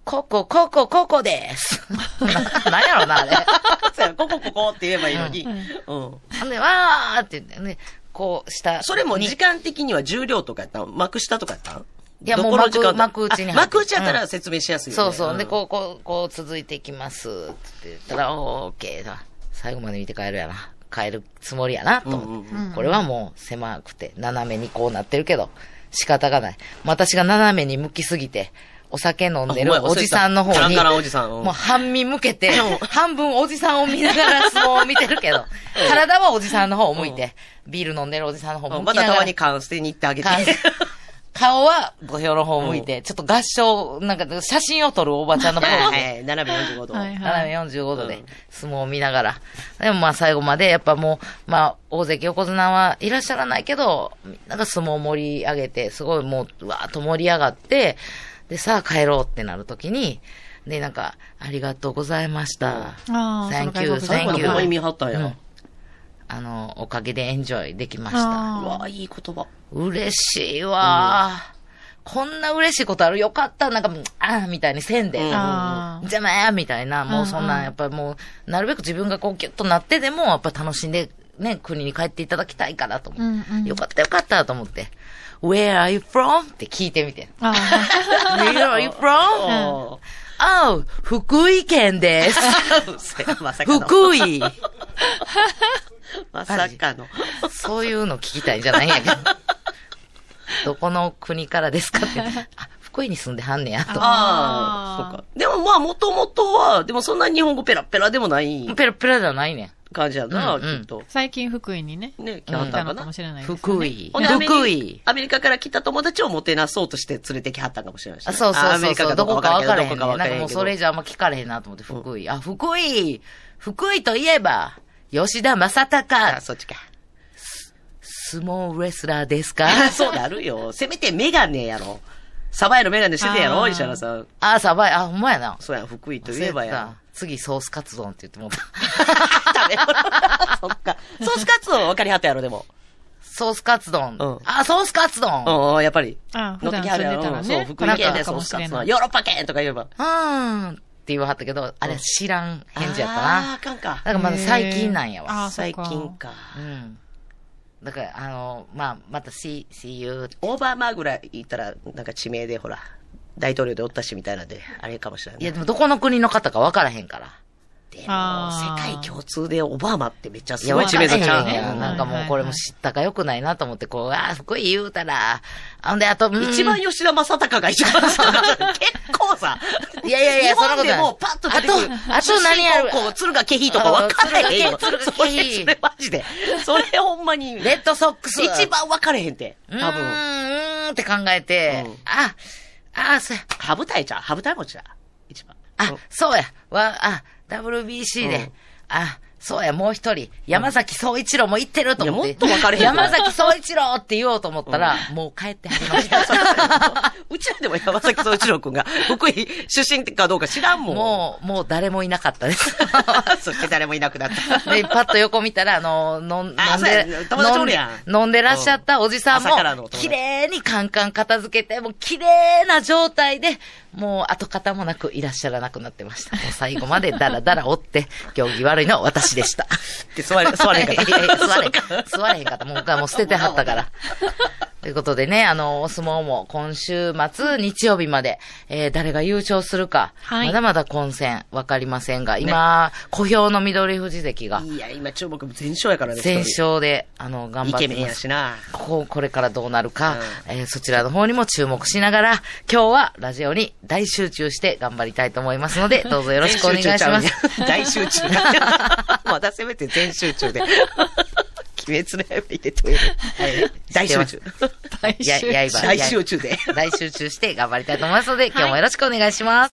Speaker 4: ここ、ここ、こ こです。ななんやろな、あれ。
Speaker 3: そうやここここって言えばいいのに。うん。
Speaker 4: ほんで、わーって言ってね、こう、下に。
Speaker 3: それも時間的には重量とかやったん幕下とかやったん
Speaker 4: いや
Speaker 3: ど
Speaker 4: もう
Speaker 3: この時間
Speaker 4: 幕幕内に
Speaker 3: あ
Speaker 4: 入って
Speaker 3: 幕内やったら説明しやすいよ
Speaker 4: そ
Speaker 3: ね。
Speaker 4: うそう。で、
Speaker 3: こ
Speaker 4: こう、こう、こう続いていきます。って言ったら、オーケーだ。最後まで見て帰るやな。帰るつもりやな、と思って。これはもう狭くて、斜めにこうなってるけど、仕方がない。私が斜めに向きすぎて、お酒飲んでる
Speaker 3: あほんまや
Speaker 4: おじさんの方
Speaker 3: カラン
Speaker 4: に、
Speaker 3: カランおじさんうん
Speaker 4: もう半身向けて、半分おじさんを見ながら相撲を見てるけど、体はおじさんの方を向いて、ビール飲んでるおじさんの方向き
Speaker 3: また
Speaker 4: なが
Speaker 3: た
Speaker 4: ら
Speaker 3: まに缶捨てに行ってあげて。
Speaker 4: 缶捨て顔は土俵の方向いて、ちょっと合唱、なんか写真を撮るおばちゃんの方を向い て
Speaker 3: はい、斜め45度。
Speaker 6: はい
Speaker 4: 斜め45度
Speaker 3: う
Speaker 4: で
Speaker 3: ん
Speaker 4: 相撲を見ながら。でもまあ最後まで、やっぱもう、まあ大関横綱はいらっしゃらないけど、なんか相撲を盛り上げて、すごいもう、うわーっと盛り上がって、で、さあ帰ろうってなるときに、で、なんか、ありがとうございました。
Speaker 6: あ。ああ、
Speaker 4: Thank
Speaker 6: その外国
Speaker 4: you,
Speaker 6: 人
Speaker 4: thank
Speaker 3: こ
Speaker 4: you
Speaker 3: の意味はったん
Speaker 4: う
Speaker 3: や
Speaker 4: ん。あの、おかげでエンジョイできました。
Speaker 6: あ
Speaker 3: う
Speaker 6: ー
Speaker 3: わあ、いい言葉。
Speaker 4: 嬉しいわー。こんな嬉しいことあるよかった。なんか、うんあーみたいにせんで。
Speaker 3: うん
Speaker 6: あ
Speaker 4: じゃまーみたいな、もうそん
Speaker 6: うん
Speaker 4: な
Speaker 6: うん
Speaker 4: ん、やっぱりもう、なるべく自分がこうギュッとなってでも、やっぱ楽しんで、ね、国に帰っていただきたいからと思って。
Speaker 6: うんうん
Speaker 4: よかったよかったと思って。Where are you from? って聞いてみて。
Speaker 6: あ。ああ
Speaker 4: Where are you from?
Speaker 3: おー
Speaker 4: oh, 福井県です。
Speaker 3: まさかの。
Speaker 4: 福井。
Speaker 3: まさかの。
Speaker 4: そういうの聞きたいんじゃないんやけど。 どこの国からですかって。あ、福井に住んではんねや、と。
Speaker 3: ああ、そうか。でもまあ、もともとは、でもそんな日本語ペラペラでもない。
Speaker 4: ペラペラじゃないねん。
Speaker 3: 感じやな、
Speaker 4: うんうん
Speaker 3: きっと。
Speaker 5: 最近福井にね。
Speaker 3: ね、来はったんか
Speaker 5: うん来たの
Speaker 3: な。
Speaker 5: かもしれないですね
Speaker 3: 福井。ほんで
Speaker 4: 福井
Speaker 3: アメリカから来た友達をもてなそうとして連れてきはったんかもしれないしね、
Speaker 4: あそう
Speaker 3: あ
Speaker 4: そう
Speaker 3: アメ
Speaker 4: そう
Speaker 3: リカ
Speaker 4: そう。
Speaker 3: かど
Speaker 4: どこ
Speaker 3: こ
Speaker 4: か
Speaker 3: か
Speaker 4: わ
Speaker 3: わ
Speaker 4: か
Speaker 3: からら
Speaker 4: へ
Speaker 3: へ
Speaker 4: ん
Speaker 3: んけど。ど
Speaker 4: ねん。
Speaker 3: こかわ
Speaker 4: な
Speaker 3: から
Speaker 4: んか
Speaker 3: へん
Speaker 4: もう
Speaker 3: けど
Speaker 4: それじゃあんま聞かれへんなと思って、福井。あ、福井福井といえば、吉田正
Speaker 3: あ、
Speaker 4: 隆、
Speaker 3: そっちか。
Speaker 4: 相撲レスラーですか
Speaker 3: あそうなるよ。せめてメガネや ろ。サバイのメガネしてたや
Speaker 5: あ
Speaker 3: ろ、
Speaker 5: ー
Speaker 3: 石原さん。
Speaker 4: あ、さばい、あ、ほんまやな。
Speaker 3: そうや、福井といえばや。
Speaker 4: 次、ソースカツ丼って言ってもうた、
Speaker 3: 食べ物そっか。ソースカツを分かりはったやろ、でも。
Speaker 4: ソースカツ丼。
Speaker 3: うん
Speaker 4: あ、ソースカツ丼。う
Speaker 3: うんうん、やっぱり。
Speaker 5: あ
Speaker 3: 乗
Speaker 5: 普
Speaker 3: って
Speaker 5: 段
Speaker 3: き
Speaker 5: 住
Speaker 3: はる
Speaker 5: んで
Speaker 3: やろ。う
Speaker 5: たら
Speaker 3: んそう、
Speaker 5: ね。
Speaker 3: 福井県で
Speaker 5: か
Speaker 3: ソー
Speaker 5: も
Speaker 3: ス
Speaker 5: し
Speaker 3: カ
Speaker 5: れ
Speaker 3: ツの。
Speaker 5: ない。
Speaker 3: ヨーロッパ圏とか言えば。
Speaker 4: ーん。って言わはったけど、あれ知らん返事やった
Speaker 3: あーあ
Speaker 4: な。
Speaker 3: かんか。
Speaker 4: だからまだ最近なんや
Speaker 5: へー
Speaker 4: わ。
Speaker 5: あそっ
Speaker 3: 最
Speaker 5: か
Speaker 3: 近か。
Speaker 4: うん。だから、あの、まあ、また、see, see you
Speaker 3: オーバーマーぐらい言ったら、なんか地名でほら、大統領でおったしみたいなんで、あれかもしれない
Speaker 4: いや、
Speaker 3: ね。
Speaker 4: でもどこの国の方か分からへんから。
Speaker 3: でも、世
Speaker 5: あー
Speaker 3: 界共通でオバマってめっちゃ
Speaker 4: い
Speaker 3: す
Speaker 4: や、
Speaker 3: ごい
Speaker 4: 分
Speaker 3: 地
Speaker 4: か
Speaker 3: 名
Speaker 4: らへん
Speaker 3: とちゃ
Speaker 4: や
Speaker 3: うんんや
Speaker 4: な
Speaker 3: な。
Speaker 4: んかもうこれも知ったか良くないなと思って、こう、あー、福井言うたら、あんで、あと、うん
Speaker 3: 一番吉田正尚が一番好きだから結構さ。
Speaker 4: いやいやいや、
Speaker 3: 日
Speaker 4: そ
Speaker 3: 本
Speaker 4: んなこと
Speaker 3: で
Speaker 4: ない。
Speaker 3: もうパッと出てくる。
Speaker 4: あと、あと何やる
Speaker 3: 出身高校鶴ヶ気比とか分からへん
Speaker 4: う
Speaker 3: よ
Speaker 4: ん。鶴ヶ気
Speaker 3: そ
Speaker 4: 鶴ヶ
Speaker 3: れ、
Speaker 4: 気
Speaker 3: それマジで。それほんまに。
Speaker 4: レッドソックス。
Speaker 3: 一番分かれへんて。
Speaker 4: うーん、
Speaker 3: 多分。
Speaker 4: うーんって考えて
Speaker 3: うん、
Speaker 4: あ、あ、そうや、
Speaker 3: 羽舞台ちゃう羽舞台持ちだ。一番。
Speaker 4: あ、そうや、わ、あ、WBC
Speaker 3: う
Speaker 4: で
Speaker 3: ん、
Speaker 4: あ、そうや、もう一人、山崎総一郎も行ってると思っ
Speaker 3: い
Speaker 4: て。
Speaker 3: やもっと分かれへん
Speaker 4: 山崎総一郎って言おうと思ったら、もう帰ってはりました。
Speaker 3: うちらでも山崎総一郎くんが福井出身かどうか知らんもん。
Speaker 4: もう、もう誰もいなかったです。
Speaker 3: そして誰もいなくなった。
Speaker 4: で、パッと横見たら、あの、のん飲ん
Speaker 3: あ
Speaker 4: で
Speaker 3: そうや、友達
Speaker 4: 飲
Speaker 3: お
Speaker 4: ん
Speaker 3: る
Speaker 4: で
Speaker 3: や、ん
Speaker 4: 飲んでらっしゃったおじさん
Speaker 3: うん朝からのお友
Speaker 4: も、
Speaker 3: 達
Speaker 4: 綺麗にカンカン片付けて、もう綺麗な状態で、もう跡形もなくいらっしゃらなくなってました。もう最後までダラダラ追って、行儀悪いのは私 でした。
Speaker 3: で座れ、座れへんかっ
Speaker 4: いやい
Speaker 3: た。
Speaker 4: や 座れ、座れへんかった。もう、もう捨ててはっ たから。ということでね、あの、お相撲も今週末、日曜日まで、えー、誰が優勝するか、
Speaker 5: はい
Speaker 4: まだまだ混戦、わかりませんが、今、小兵の緑富士関が、
Speaker 3: いや、今注目全勝やからね。
Speaker 4: 全
Speaker 3: 一人
Speaker 4: 勝で、あの、頑
Speaker 3: イ
Speaker 4: 張って
Speaker 3: ケメン
Speaker 4: ま
Speaker 3: や
Speaker 4: す。
Speaker 3: しな。
Speaker 4: ここ、これからどうなるか、えーそちらの方にも注目しながら、今日はラジオに大集中して頑張りたいと思います ので、どうぞよろしくお願いしま
Speaker 3: 全集
Speaker 4: す。
Speaker 3: 中ちゃうね大集中。 まだせめて全集中で。鬼滅の刃入れといる。大集中。
Speaker 5: 大
Speaker 4: いや、
Speaker 5: 衆
Speaker 4: 刃。
Speaker 3: 大集中で。
Speaker 4: 大集中して頑張りたいと思いますので、今日もよろしくお願いします。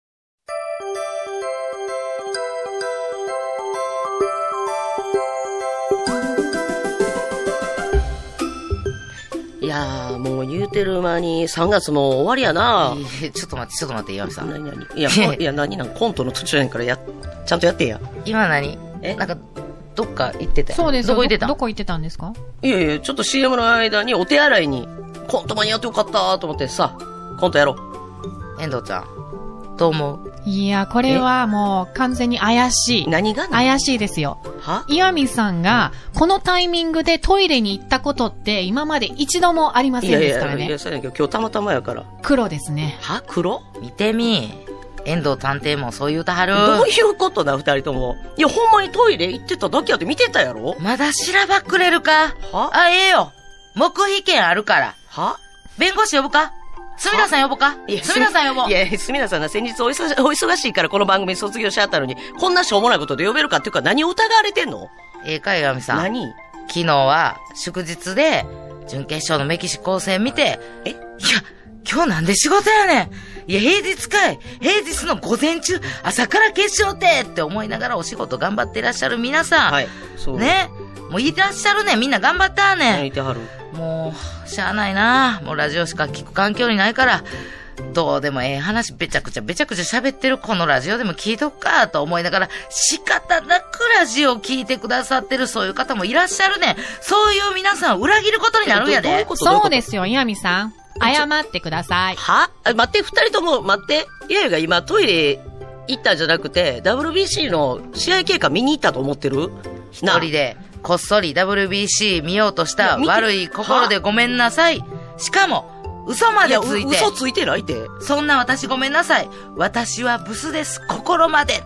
Speaker 3: いやー、もう言うてる間に3月も終わりやな。
Speaker 4: えーちょっと待って、ちょっと待って、岩見さん。
Speaker 3: 何何いや、こいや何なんコントの途中やんからや、ちゃんとやってや。
Speaker 4: 今何え
Speaker 3: え
Speaker 4: なんか、どっか行ってたよね
Speaker 5: そうです
Speaker 4: どこ行ってた
Speaker 5: どこ行ってたんですか
Speaker 3: いやいや、ちょっと CM の間にお手洗いに、コント間に合ってよかったと思ってさ、コントやろう。
Speaker 4: 遠藤ちゃん。どう思う
Speaker 5: いや、これはもう完全に怪しい。
Speaker 3: 何がな
Speaker 5: 怪しいですよ。
Speaker 3: は
Speaker 5: 岩見さんが、このタイミングでトイレに行ったことって、今まで一度もありま
Speaker 3: い
Speaker 5: せん
Speaker 3: やい
Speaker 5: ですから
Speaker 3: や、い
Speaker 5: ね
Speaker 3: や、。そうやねんけど、今日たまたまやから。
Speaker 5: 黒ですね。
Speaker 3: は黒
Speaker 4: 見てみ。遠藤探偵もそう言うたはる。
Speaker 3: どういうことだ、二人とも。いや、ほんまにトイレ行ってただけやって見てたやろ
Speaker 4: まだしらばっくれるか
Speaker 3: は
Speaker 4: あ、ええよ。黙秘権あるから。
Speaker 3: は
Speaker 4: 弁護士呼ぶかすみださん呼ぼうかすみださん呼ぼう
Speaker 3: い。や、すみださんな、先日お忙しお忙しいからこの番組卒業しはったのに、こんなしょうもないことで呼べるかっていうか、何を疑われてんの
Speaker 4: ええか、岩見さん。
Speaker 3: 何
Speaker 4: 昨日は祝日で、準決勝のメキシコ戦見て、
Speaker 3: え
Speaker 4: いや、今日なんで仕事やねんいや、平日かい平日の午前中、朝から決勝ってって思いながらお仕事頑張っていらっしゃる皆さん。
Speaker 3: はい、そう。。
Speaker 4: ね。もういらっしゃるね。みんな頑張った
Speaker 3: 何言
Speaker 4: ね
Speaker 3: っ。てはる
Speaker 4: もう、しゃあないな。もうラジオしか聞く環境にないから、どうでもええ話、べちゃくちゃべちゃくちゃ喋ってるこのラジオでも聞いとくか、と思いながら、仕方なくラジオを聞いてくださってるそういう方もいらっしゃるね。そういう皆さんを裏切ることになるんや
Speaker 3: どどうい
Speaker 4: で
Speaker 3: う。ことどいこ
Speaker 5: そう
Speaker 3: と
Speaker 5: ですよ、岩見さん。謝ってください。
Speaker 3: はあ待って、二人とも待って。いやいや今トイレ行ったんじゃなくて、WBC の試合経過見に行ったと思ってる
Speaker 4: 一人で、こっそり WBC 見ようとした
Speaker 3: いや見て
Speaker 4: 悪い心でごめんなさい。しかも、嘘ま
Speaker 3: ない
Speaker 4: で
Speaker 3: や、
Speaker 4: つ
Speaker 3: う
Speaker 4: いて。
Speaker 3: 嘘ついてないって。
Speaker 4: そんな私ごめんなさい。私はブスです。心まで。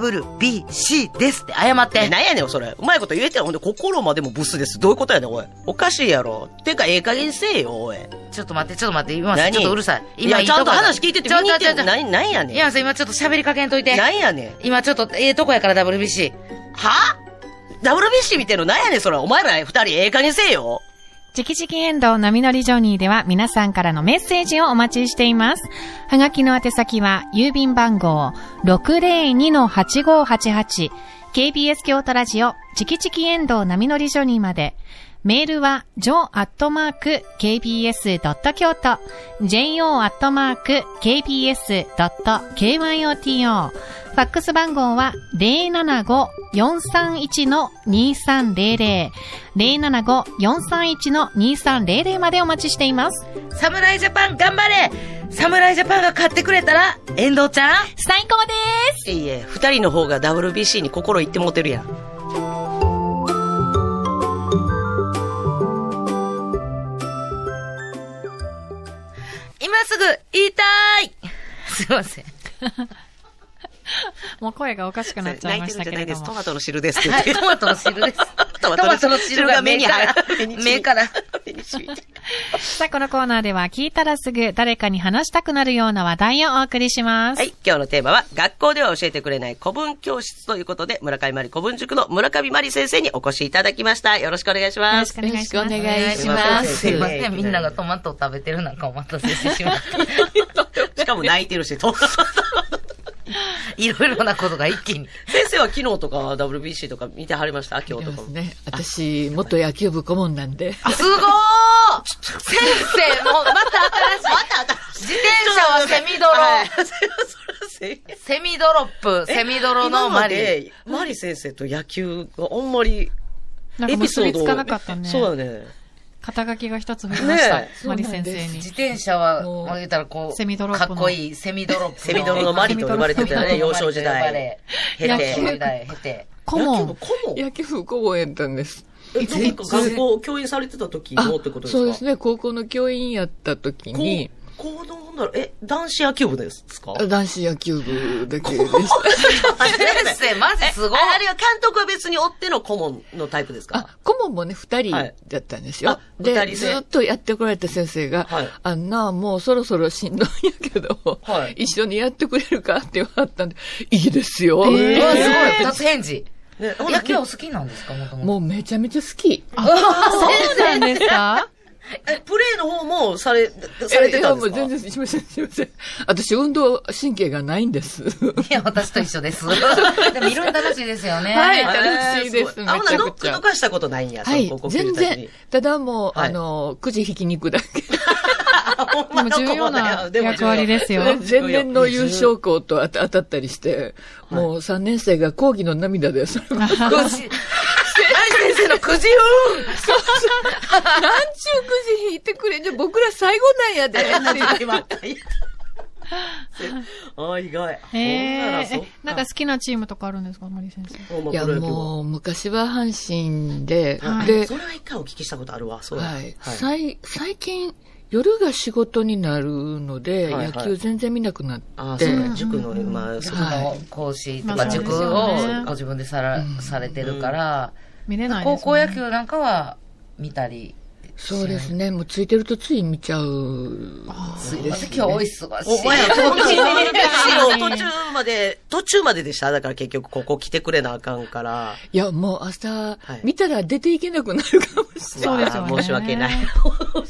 Speaker 4: WBC ですって謝って。
Speaker 3: なんやねん、それ。うまいこと言えてん。ほんで、心までもブスです。どういうことやねん、おい。おかしいやろ。てか、ええ加減にせえよ、おい。
Speaker 4: ちょっと待って、ちょっと待って、今
Speaker 3: 何
Speaker 4: ちょっとうるさい。
Speaker 3: いや、ちゃんと話聞いてて見
Speaker 4: ちょ
Speaker 3: に行っ
Speaker 4: ちょ
Speaker 3: て
Speaker 4: ちょ
Speaker 3: ん。
Speaker 4: ちょ。
Speaker 3: なん、なんやねん。
Speaker 4: 今さん今ちょっと喋りかけんといて。
Speaker 3: なんやねん。
Speaker 4: 今ちょっと、ええとこやから WBC。
Speaker 3: は WBC 見てるのなんやねん、それ。お前ら二人ええ加減せえよ。
Speaker 5: チキチキエンドウ波乗りジョニーでは皆さんからのメッセージをお待ちしています。はがきの宛先は郵便番号 602-8588KBS 京都ラジオチキチキエンドウ波乗りジョニーまで。メールは jo.kbs.kyoto jo.kbs.kyoto ファックス番号は075-431-2300 075-431-2300までお待ちしています。
Speaker 4: 侍ジャパン頑張れ侍ジャパンが買ってくれたら、遠藤ちゃん
Speaker 5: 最高です
Speaker 3: いいえ、二人の方が WBC に心いってもうてるやん。
Speaker 4: 今すぐ言いたいすいません。
Speaker 5: もう声がおかしくなっちゃいました
Speaker 3: 泣いてるんじ
Speaker 5: けれど
Speaker 3: ゃないです。ト
Speaker 5: も。
Speaker 3: マトの汁ですって言
Speaker 4: は
Speaker 3: っ
Speaker 4: い、
Speaker 3: て。
Speaker 4: トマトの汁です。
Speaker 3: トマ
Speaker 4: トマ
Speaker 3: トの汁
Speaker 4: トの汁が目から
Speaker 3: 目に、
Speaker 4: 目から。
Speaker 3: 目に染みて
Speaker 5: さあ、このコーナーでは聞いたらすぐ誰かに話したくなるような話題をお送りします。
Speaker 3: はい、今日のテーマは、学校では教えてくれない古文教室ということで、村上真理古文塾の村上真理先生にお越しいただきました。よろしくお願いし
Speaker 5: よ
Speaker 3: ま
Speaker 5: ろし
Speaker 3: す
Speaker 5: く。お願いし
Speaker 6: よろ
Speaker 5: ます。
Speaker 6: しくお願いします
Speaker 4: いません、みんながトマトを食べてるなんかお待たせしてしまって。
Speaker 3: しかも泣いてるし、 と
Speaker 4: いろいろなことが一気に。
Speaker 3: 先生は昨日とか WBC とか見てはりました今日とかも。
Speaker 6: ね、私、元野球部顧問なんで。
Speaker 4: すごー先生、もうまた新しい。自転車はセミドロ、
Speaker 3: はいそら そうや
Speaker 4: セミドロップ、セミドロのマリー。
Speaker 3: 今までマリ先生と野球があんまり
Speaker 5: な
Speaker 3: エ
Speaker 5: んか
Speaker 3: ピソー
Speaker 5: 結び
Speaker 3: ド
Speaker 5: つかなかったね。
Speaker 3: そうだね。
Speaker 5: 肩書きが一つ増えました
Speaker 3: ね。
Speaker 5: マリ先生に
Speaker 4: 自。転車は、
Speaker 6: もう
Speaker 4: もう言ったらこう、
Speaker 5: セミドロップ
Speaker 4: か
Speaker 5: の
Speaker 4: っこいいセミドロップの。
Speaker 3: セミドロのマリと呼ばれてたよね、幼少時代。
Speaker 4: ヘ
Speaker 3: 経
Speaker 5: 野
Speaker 4: て。
Speaker 5: 球
Speaker 4: 幼少
Speaker 3: て。
Speaker 4: 時代、経て。
Speaker 5: 顧問。
Speaker 3: 顧問
Speaker 6: 野球部顧問やったんです。
Speaker 3: えどう学校教員されてた時もってことですか
Speaker 6: そうですね、高校の教員やった時に、
Speaker 3: 高校のほんだら、え、男子野球部 ですか
Speaker 6: 男子野球部だけでした。
Speaker 4: 先生、マジすごい。
Speaker 3: ああれは監督は別に追っての顧問のタイプですか
Speaker 6: あ、顧問もね、二人
Speaker 3: はい
Speaker 6: だったんですよ。
Speaker 3: あ二人
Speaker 6: で、
Speaker 3: で
Speaker 6: ずっとやってこられた先生が、
Speaker 3: はい
Speaker 6: あんな、もうそろそろしんどいんやけど、
Speaker 3: はい
Speaker 6: 一緒にやってくれるかって言われたんで、いいですよ。
Speaker 5: えー
Speaker 4: うわ、すごい。
Speaker 6: す
Speaker 4: 二つ返事。
Speaker 3: ね、ほん
Speaker 4: 野
Speaker 3: で
Speaker 4: 球お好きなんですかもともと。
Speaker 6: ごいもうめちゃめちゃ好き。
Speaker 5: そうなんですか
Speaker 3: えプレーの方もされ、されてたんですか
Speaker 6: いや、もう全然、すいません、すいません。私、運動神経がないんです。
Speaker 4: いや、私と一緒 です。でも、いろいろ楽しいですよね。はい
Speaker 6: 楽しいです
Speaker 3: えーごあ、ほんなら
Speaker 6: めちゃくちゃ
Speaker 3: ノックとかしたことないんや、
Speaker 6: はい
Speaker 3: その高、校
Speaker 6: 全
Speaker 3: 球児たち
Speaker 6: 然
Speaker 3: に。。
Speaker 6: ただもう、
Speaker 3: はい
Speaker 6: あの、くじ引き肉だけ。
Speaker 3: あ、ほん
Speaker 5: で
Speaker 3: ま
Speaker 5: も
Speaker 3: の顧
Speaker 5: 重
Speaker 3: 問
Speaker 5: 要
Speaker 3: だ
Speaker 5: な
Speaker 3: よでも重
Speaker 5: 役
Speaker 3: 要
Speaker 5: 割 ですよ。
Speaker 6: 前年の優勝校とあた当たったりして、
Speaker 3: い
Speaker 6: もう3年生が講義の涙で、それもなんちゅう
Speaker 4: くじ、先 生のくじ
Speaker 6: くじ引いてくれんじゃ、僕ら最後なんやで。
Speaker 3: あ、意外。
Speaker 5: へえ
Speaker 3: ほんならそっ
Speaker 5: えなんか好きなチームとかあるんですかマリ先生。
Speaker 3: ほんま
Speaker 6: いや、
Speaker 3: プロ野球部
Speaker 6: もう、昔は阪神で、
Speaker 5: はい
Speaker 6: で
Speaker 3: そ、れは一回お聞きしたことあるわ、そうや
Speaker 6: はい。最最近、夜が仕事になるので、
Speaker 3: はいはい
Speaker 6: 野球全然見なくなって。
Speaker 3: あ、そうや、塾の、まあ、そ
Speaker 4: 塾
Speaker 3: う
Speaker 4: の講師と
Speaker 5: ま
Speaker 4: か、
Speaker 5: あそうで
Speaker 4: 塾
Speaker 5: すよ
Speaker 4: を
Speaker 5: ね
Speaker 4: ご自分でさら、されてるから、
Speaker 5: 見れないで
Speaker 4: 高
Speaker 5: す
Speaker 4: 校
Speaker 5: もんね
Speaker 4: 野球なんかは見たり。
Speaker 6: そうですね。もうついてるとつい見ちゃう。
Speaker 4: すいません、今日お忙しい。
Speaker 3: お前ら、
Speaker 5: い
Speaker 3: 途中まで、途中まででした。だから結局ここ来てくれなあかんから。
Speaker 6: いや、もう朝、
Speaker 3: はい
Speaker 6: 見たら出ていけなくなるかもしれ
Speaker 5: そうですよ
Speaker 3: わ
Speaker 5: ね
Speaker 3: あ申し訳ない。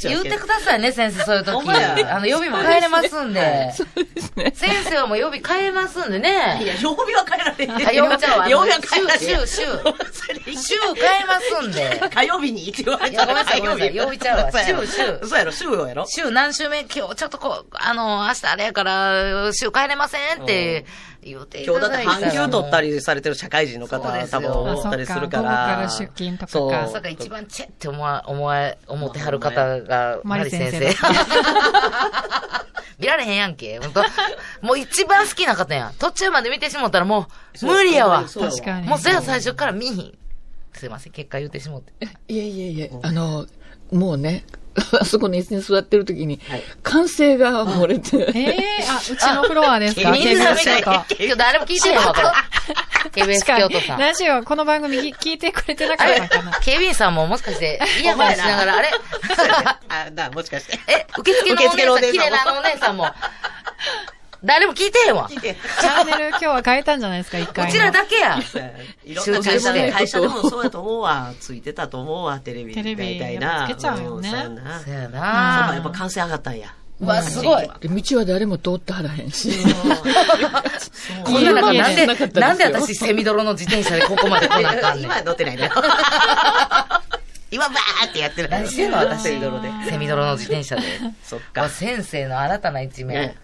Speaker 4: 言ってく
Speaker 3: だ
Speaker 4: ださいね、先生、そういう時。
Speaker 3: お前ら
Speaker 4: あの、予備も変えれますんで。
Speaker 6: ない。
Speaker 4: 先生はもう予備変えますんでね。
Speaker 3: いや、曜日は変えられへん。
Speaker 4: あ、曜日ちゃうわ。
Speaker 3: 曜日は変えられ
Speaker 4: 週、
Speaker 3: へん。
Speaker 4: 週、週。週
Speaker 3: 週
Speaker 4: 変えますんで。
Speaker 3: 火曜日に行って言われた
Speaker 4: いやごめんなさいごめんなさい曜日ちゃうわ
Speaker 3: そうやろ
Speaker 4: 週週
Speaker 3: そうやろ、週やろ。
Speaker 4: 週何週目、今日ちょっとこう、あの、明日あれやから、週帰れませんって言うていた
Speaker 3: 今日だっ
Speaker 4: だ
Speaker 3: て
Speaker 4: いたら。
Speaker 3: 半休取った
Speaker 4: り。
Speaker 3: りされてる社会人の方
Speaker 4: そうです
Speaker 3: 多
Speaker 4: よ
Speaker 3: 分おったりするか
Speaker 5: あ
Speaker 3: ら。
Speaker 5: そっか午後から出勤とかか
Speaker 3: そう
Speaker 5: ま
Speaker 4: まさか一番チェって思わ、思わ、思ってはる方が、
Speaker 5: マ
Speaker 4: マ
Speaker 5: リ
Speaker 4: リ
Speaker 5: 先
Speaker 4: 先
Speaker 5: 生
Speaker 4: 生。見られへんやんけ。本当もう一番好きな方やん。途中まで見てしもったらもう、無理やわ。
Speaker 3: そうそう
Speaker 5: 確かに。
Speaker 4: もうそや最初から見ひん。すいません、結果言うてしもって。
Speaker 6: いやいやいや、あの、もうね、 あそこの椅子に座ってる時に
Speaker 3: はい、
Speaker 6: 歓声が漏れて、
Speaker 5: ええあ、うちのフロアですか
Speaker 3: あ
Speaker 4: みん
Speaker 5: ?KBS
Speaker 4: な見
Speaker 5: 京
Speaker 4: て
Speaker 5: 都。
Speaker 4: 今日誰も聞いてへんわ、これ。KBS 京都さん。
Speaker 5: ラジオ、この番組聞いてくれてなか
Speaker 4: あ
Speaker 5: っ
Speaker 4: れ
Speaker 5: たかな。
Speaker 4: 警備員さんももしかして、イヤホンしながら、あれ
Speaker 3: そうやねあ、な、もしかして。
Speaker 4: え、受付のお姉さん、
Speaker 3: 受付のお姉
Speaker 4: 綺
Speaker 3: さんも
Speaker 4: 麗なあのお姉さんも、誰も聞いてへんわ。う
Speaker 5: チャンネル今日は変えたんじゃないですか、一 回。
Speaker 4: ちらだけや。
Speaker 3: いろんな会社
Speaker 6: そうです
Speaker 3: で、
Speaker 6: ね
Speaker 3: 会社でもそうやと思うわ。ついてたと思うわ、テレビ。
Speaker 5: テレビ
Speaker 3: 大体な。
Speaker 5: やっぱつけちゃうよね
Speaker 3: んそうやな。
Speaker 4: そ
Speaker 3: そう
Speaker 4: や
Speaker 3: ば
Speaker 4: な
Speaker 3: やっぱ感染上がったんや。
Speaker 4: うわ、すごい。
Speaker 6: 道は誰も通ってはらへんし。
Speaker 4: こんな中なん
Speaker 6: なか
Speaker 4: で
Speaker 6: っ、た
Speaker 4: なんで
Speaker 6: ですよ
Speaker 4: 私、セミドロの自転車でここまで来なあか んねん
Speaker 3: 今。は乗ってないね。今バーってやってる。
Speaker 4: 何してんの私
Speaker 3: セミドロで。
Speaker 4: セミドロの自転車で。
Speaker 3: そっ
Speaker 4: わ
Speaker 3: か。
Speaker 4: 先生の新たな一面
Speaker 3: ね。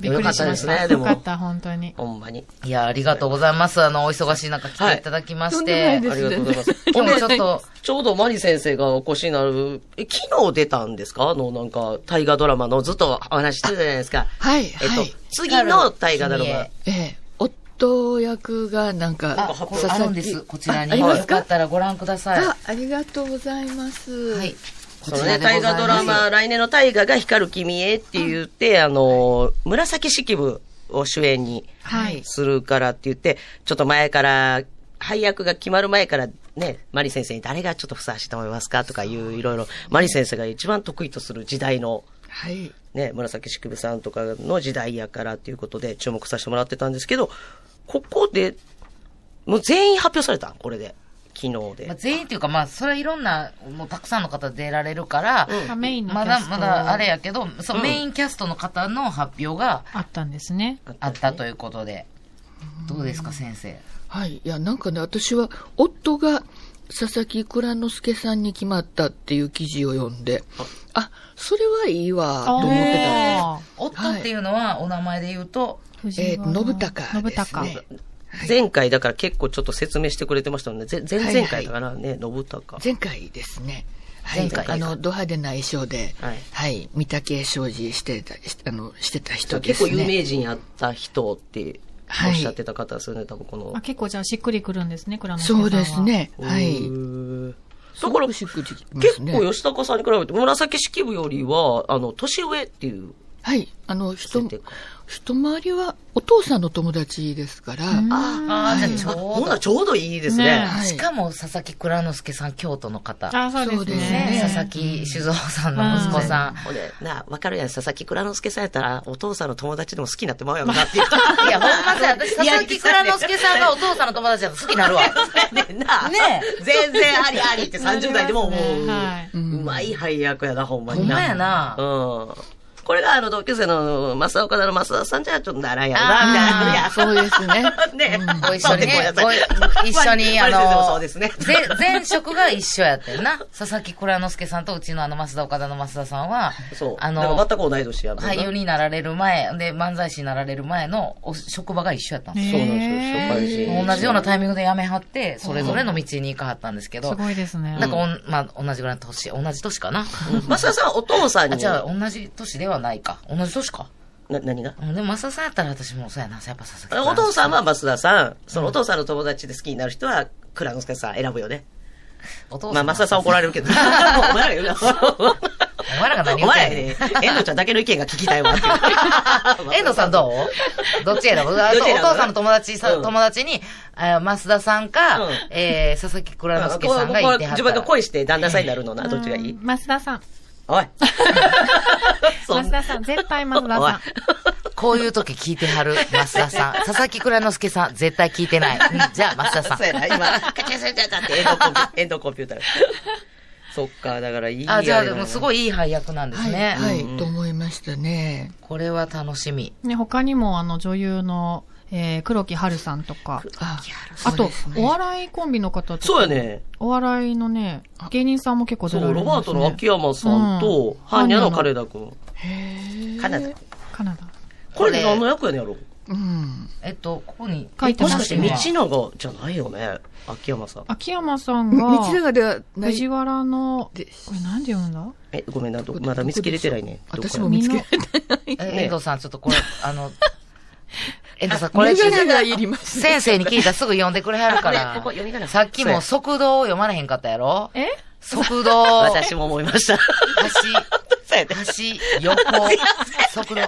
Speaker 5: びっくりしまし
Speaker 3: よかったです
Speaker 5: た。
Speaker 3: ねで
Speaker 5: よ
Speaker 3: も
Speaker 5: かった、本当に。
Speaker 3: ほんまに。
Speaker 4: いや、ありがとうございます。あの、お忙しい中来ていただきま
Speaker 6: と
Speaker 4: し
Speaker 6: ん
Speaker 4: て。
Speaker 6: でもない
Speaker 3: あ
Speaker 6: で
Speaker 3: りがとうご
Speaker 6: す
Speaker 3: ざいます。
Speaker 4: 今日ちょっと、
Speaker 3: ちょうどマリ先生がお越しになる、え、昨日出たんですかあの、なんか、大河ドラマのずっとお話ししてたじゃないですか。
Speaker 6: はい、
Speaker 3: えっと
Speaker 6: はい。、
Speaker 3: 次の大河ドラマ。
Speaker 6: ええ、夫役がなん
Speaker 4: あ、
Speaker 6: か、
Speaker 4: これあるんです。こちらに。
Speaker 6: ああります
Speaker 4: よ
Speaker 6: か
Speaker 4: かったらご覧ください。
Speaker 6: あ、ありがとうございます。
Speaker 4: はい。こ
Speaker 3: そ
Speaker 4: ち
Speaker 3: の
Speaker 4: ら
Speaker 3: ね、
Speaker 4: で
Speaker 3: 大
Speaker 4: ございま
Speaker 3: 河
Speaker 4: す。
Speaker 3: ドラマ、来年の大河が光る君へって言って、あの、紫式部を主演に
Speaker 5: はい。
Speaker 3: するからって言って、ちょっと前から、配役が決まる前からね、マリ先生に誰がちょっとふさわしいと思いますかとかいういろいろ、マリ先生が一番得意とする時代の
Speaker 6: はい。
Speaker 3: ね、紫式部さんとかの時代やからということで注目させてもらってたんですけど、ここで、もう全員発表されたんこれで。昨日
Speaker 4: まあ
Speaker 3: で。
Speaker 4: 全員というか、まあ、それはいろんな、もうたくさんの方出られるから、
Speaker 5: あメインのキ
Speaker 4: ま
Speaker 5: ャ
Speaker 4: だ
Speaker 5: スト
Speaker 4: まだあれやけど、そう、メインキャストの方の発表が
Speaker 5: あったんですね。
Speaker 4: あったということで。どうですか、先生。
Speaker 6: はい。いや、なんかね、私は、夫が佐々木蔵之介さんに決まったっていう記事を読んで、あ、それはいいわ、と思ってたんです。
Speaker 5: あ
Speaker 4: 夫っていうのは、お名前で言うと、
Speaker 5: ー
Speaker 6: えー信孝ですね
Speaker 5: 信孝。
Speaker 3: 前回だから結構ちょっと説明してくれてましたもんね。ぜ前
Speaker 6: はい
Speaker 3: 々回だからね、信孝。
Speaker 6: 前回ですね。は
Speaker 4: 前
Speaker 6: い、
Speaker 4: 回
Speaker 6: あの、ド派手な衣装で、
Speaker 3: は
Speaker 6: はいい、三宅庄司してた、しあの、してた人で
Speaker 3: 結
Speaker 6: すね。
Speaker 3: 構有名人やった人って
Speaker 6: は
Speaker 3: お
Speaker 6: い
Speaker 3: っしゃってた方ですよね、多分この
Speaker 5: あ。結構じゃあしっくりくるんですね、倉野さんは。
Speaker 6: そうです。ね。は
Speaker 3: う
Speaker 6: い。
Speaker 3: ーんだから、結
Speaker 6: すごくしっくりきますね
Speaker 3: 構吉高さんに比べて、紫式部よりは、あの、年上っていう
Speaker 6: はい。あの、人
Speaker 3: 設定か、
Speaker 6: 一回りは、お父さんの友達ですから、
Speaker 4: ああ、じゃあち
Speaker 3: あ
Speaker 4: ょ
Speaker 3: ほ
Speaker 4: う
Speaker 3: な
Speaker 4: ど。
Speaker 3: ちょうどいいですね。
Speaker 5: ね
Speaker 6: はい
Speaker 4: しかも、佐々木蔵之介さん、京都の方。
Speaker 5: あそうです
Speaker 6: そうです
Speaker 5: ね
Speaker 6: ね。
Speaker 4: 佐々木酒造さんの息子さん。
Speaker 3: ほんで、なあ、わかるやん、佐々木蔵之介さんやったら、お父さんの友達でも好きになってまうやろなっていう。
Speaker 4: いや、ほんまさ、私、佐々木蔵之介さんがお父さんの友達だと好きになるわ。
Speaker 3: ねんな。
Speaker 4: ねえ
Speaker 3: 全然ありありって30代でも思う。
Speaker 5: は
Speaker 3: うまい配役やな、ほんま
Speaker 4: ほ
Speaker 3: に
Speaker 4: んま
Speaker 3: な。
Speaker 4: やな。
Speaker 3: うん。これがあの同級生の増岡田の増田さんじゃちょっとならんやろな、みたいな。いや
Speaker 6: あーそうです ね。
Speaker 3: ね、
Speaker 4: ご一緒にね、
Speaker 3: そう
Speaker 4: ご
Speaker 3: で
Speaker 4: い
Speaker 3: すね
Speaker 4: 一緒に、
Speaker 3: ま
Speaker 4: あ
Speaker 3: あま
Speaker 4: の、
Speaker 3: そうですね。
Speaker 4: ぜ前職が一緒やってんな。佐々木蔵之介さんとうちのあの、増田岡田の増田さんは、
Speaker 3: そう。
Speaker 4: あ
Speaker 3: なんか
Speaker 4: の、
Speaker 3: 全く同い年やもんな
Speaker 4: 俳優になられる前、で、漫才師になられる前のお職場が一緒やったん
Speaker 5: い。
Speaker 4: です
Speaker 3: そうなん
Speaker 5: へ
Speaker 3: ですよ、社会人。
Speaker 4: 同じようなタイミングで辞めはって、それぞれの道に行かはったんですけ
Speaker 5: ーす
Speaker 4: ど、
Speaker 5: ごいですね。
Speaker 4: なんかおん、まあ、同じぐらいの年、同じ年かな。
Speaker 3: 増田さんはお父さん
Speaker 4: あ、
Speaker 3: に。
Speaker 4: じゃあ、同じ年ではないか。同じ年か。
Speaker 3: な、何が
Speaker 4: うんでも、マサさんやったら私もそうやな。やっぱ佐々木さん。
Speaker 3: お父さんは増田さん、そのお父さんの友達で好きになる人は、倉之介さん選ぶよね。
Speaker 4: お父
Speaker 3: まあ、増田さん怒られるけ ど。お前らよ。
Speaker 4: お前らが何言
Speaker 3: お
Speaker 4: っ
Speaker 3: 前ら
Speaker 4: て
Speaker 3: ね
Speaker 4: ん
Speaker 3: 遠藤ちゃんだけの意見が聞きたいわってい う。
Speaker 4: 遠藤さんどうどっち選ぶ あ
Speaker 3: どっ
Speaker 4: と
Speaker 3: ち選ぶ
Speaker 4: お父さんの友達さ、
Speaker 3: うん
Speaker 4: 友達に、あ増田さんか、
Speaker 3: うん
Speaker 4: えー、佐々木蔵之介さんが
Speaker 3: ここは
Speaker 4: いてはったら。
Speaker 3: 自分が恋して旦那さんになるのな、どっちがいい
Speaker 5: うん増田さん。
Speaker 3: おい。そん
Speaker 5: 増田さん、絶対増田さん。
Speaker 4: こういう時聞いては る、増田さん。佐々木蔵之介さん、絶対聞いてない。うんじゃあ、増田さん
Speaker 3: そう。やな、今、カチャカチャカチャカチャって遠藤コンピュ遠藤コンピューターが。そっか、だからいい
Speaker 4: あ、じゃあ、
Speaker 3: れ
Speaker 4: で
Speaker 3: だな
Speaker 4: もすごいいい配役なんですね。
Speaker 6: はい、はい、と思いましたね。
Speaker 4: これは楽しみ。
Speaker 5: ね、他にも、あの、女優の、えー、黒木春さんとか、
Speaker 6: あ、
Speaker 5: あ
Speaker 6: そう
Speaker 5: と
Speaker 6: です、ね
Speaker 5: お笑いコンビの方とか
Speaker 3: そうやね。
Speaker 5: お笑いのね、芸人さんも結構出
Speaker 3: そ
Speaker 5: られ
Speaker 3: う、
Speaker 5: る
Speaker 3: ロ
Speaker 5: んですね
Speaker 3: バートの秋山さんと、
Speaker 5: うん
Speaker 3: ハンニャの金田君。
Speaker 6: へえ。
Speaker 3: 金田君。
Speaker 5: カナダ。
Speaker 3: これ何の役やねんやろ
Speaker 6: うん。
Speaker 4: えっと、ここに
Speaker 5: 書いて
Speaker 3: も
Speaker 5: ま
Speaker 3: し
Speaker 5: す
Speaker 3: かして道長じゃないよね秋山さん。
Speaker 5: 秋山さんが、
Speaker 6: 道長ではない
Speaker 5: 藤原の、これ
Speaker 6: です
Speaker 5: なんで読んだ
Speaker 3: え、ごめんな、どまだ見つけれてないね。
Speaker 6: どこでし
Speaker 3: ど
Speaker 6: ょ
Speaker 3: こ
Speaker 6: う私も見つけれてない。
Speaker 4: え
Speaker 3: ね
Speaker 4: 遠藤さん、ちょっ とこれ、あの、遠藤さん、これ、
Speaker 6: 眼鏡がいります
Speaker 4: 先生に聞いたらすぐ読んでくれはる
Speaker 3: あこ
Speaker 4: か
Speaker 3: れ
Speaker 4: ら
Speaker 3: ここ読み仮名、
Speaker 4: さっきも速道を読まれへんかったやろ
Speaker 5: え
Speaker 4: 速道、
Speaker 3: や
Speaker 4: 橋、
Speaker 3: 私も思いました。そうやね
Speaker 4: 橋、横、 速道。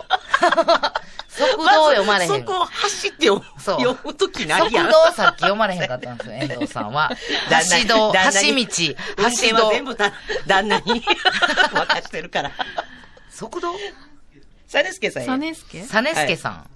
Speaker 4: 速道を読まれへん。
Speaker 3: ずそこを走って読む
Speaker 4: そう
Speaker 3: 読むときな
Speaker 4: 速
Speaker 3: いやん。
Speaker 4: 道さっき読まれへんかっ たんですよ、遠藤さんは。
Speaker 3: 旦那
Speaker 4: 橋道、橋道、
Speaker 3: 旦那に運転
Speaker 4: 橋
Speaker 3: は
Speaker 4: 道、
Speaker 3: 全部だ旦那に 任してるから。
Speaker 4: 速道
Speaker 3: サネスケさんや。
Speaker 5: サネスケ
Speaker 4: サネスケさん。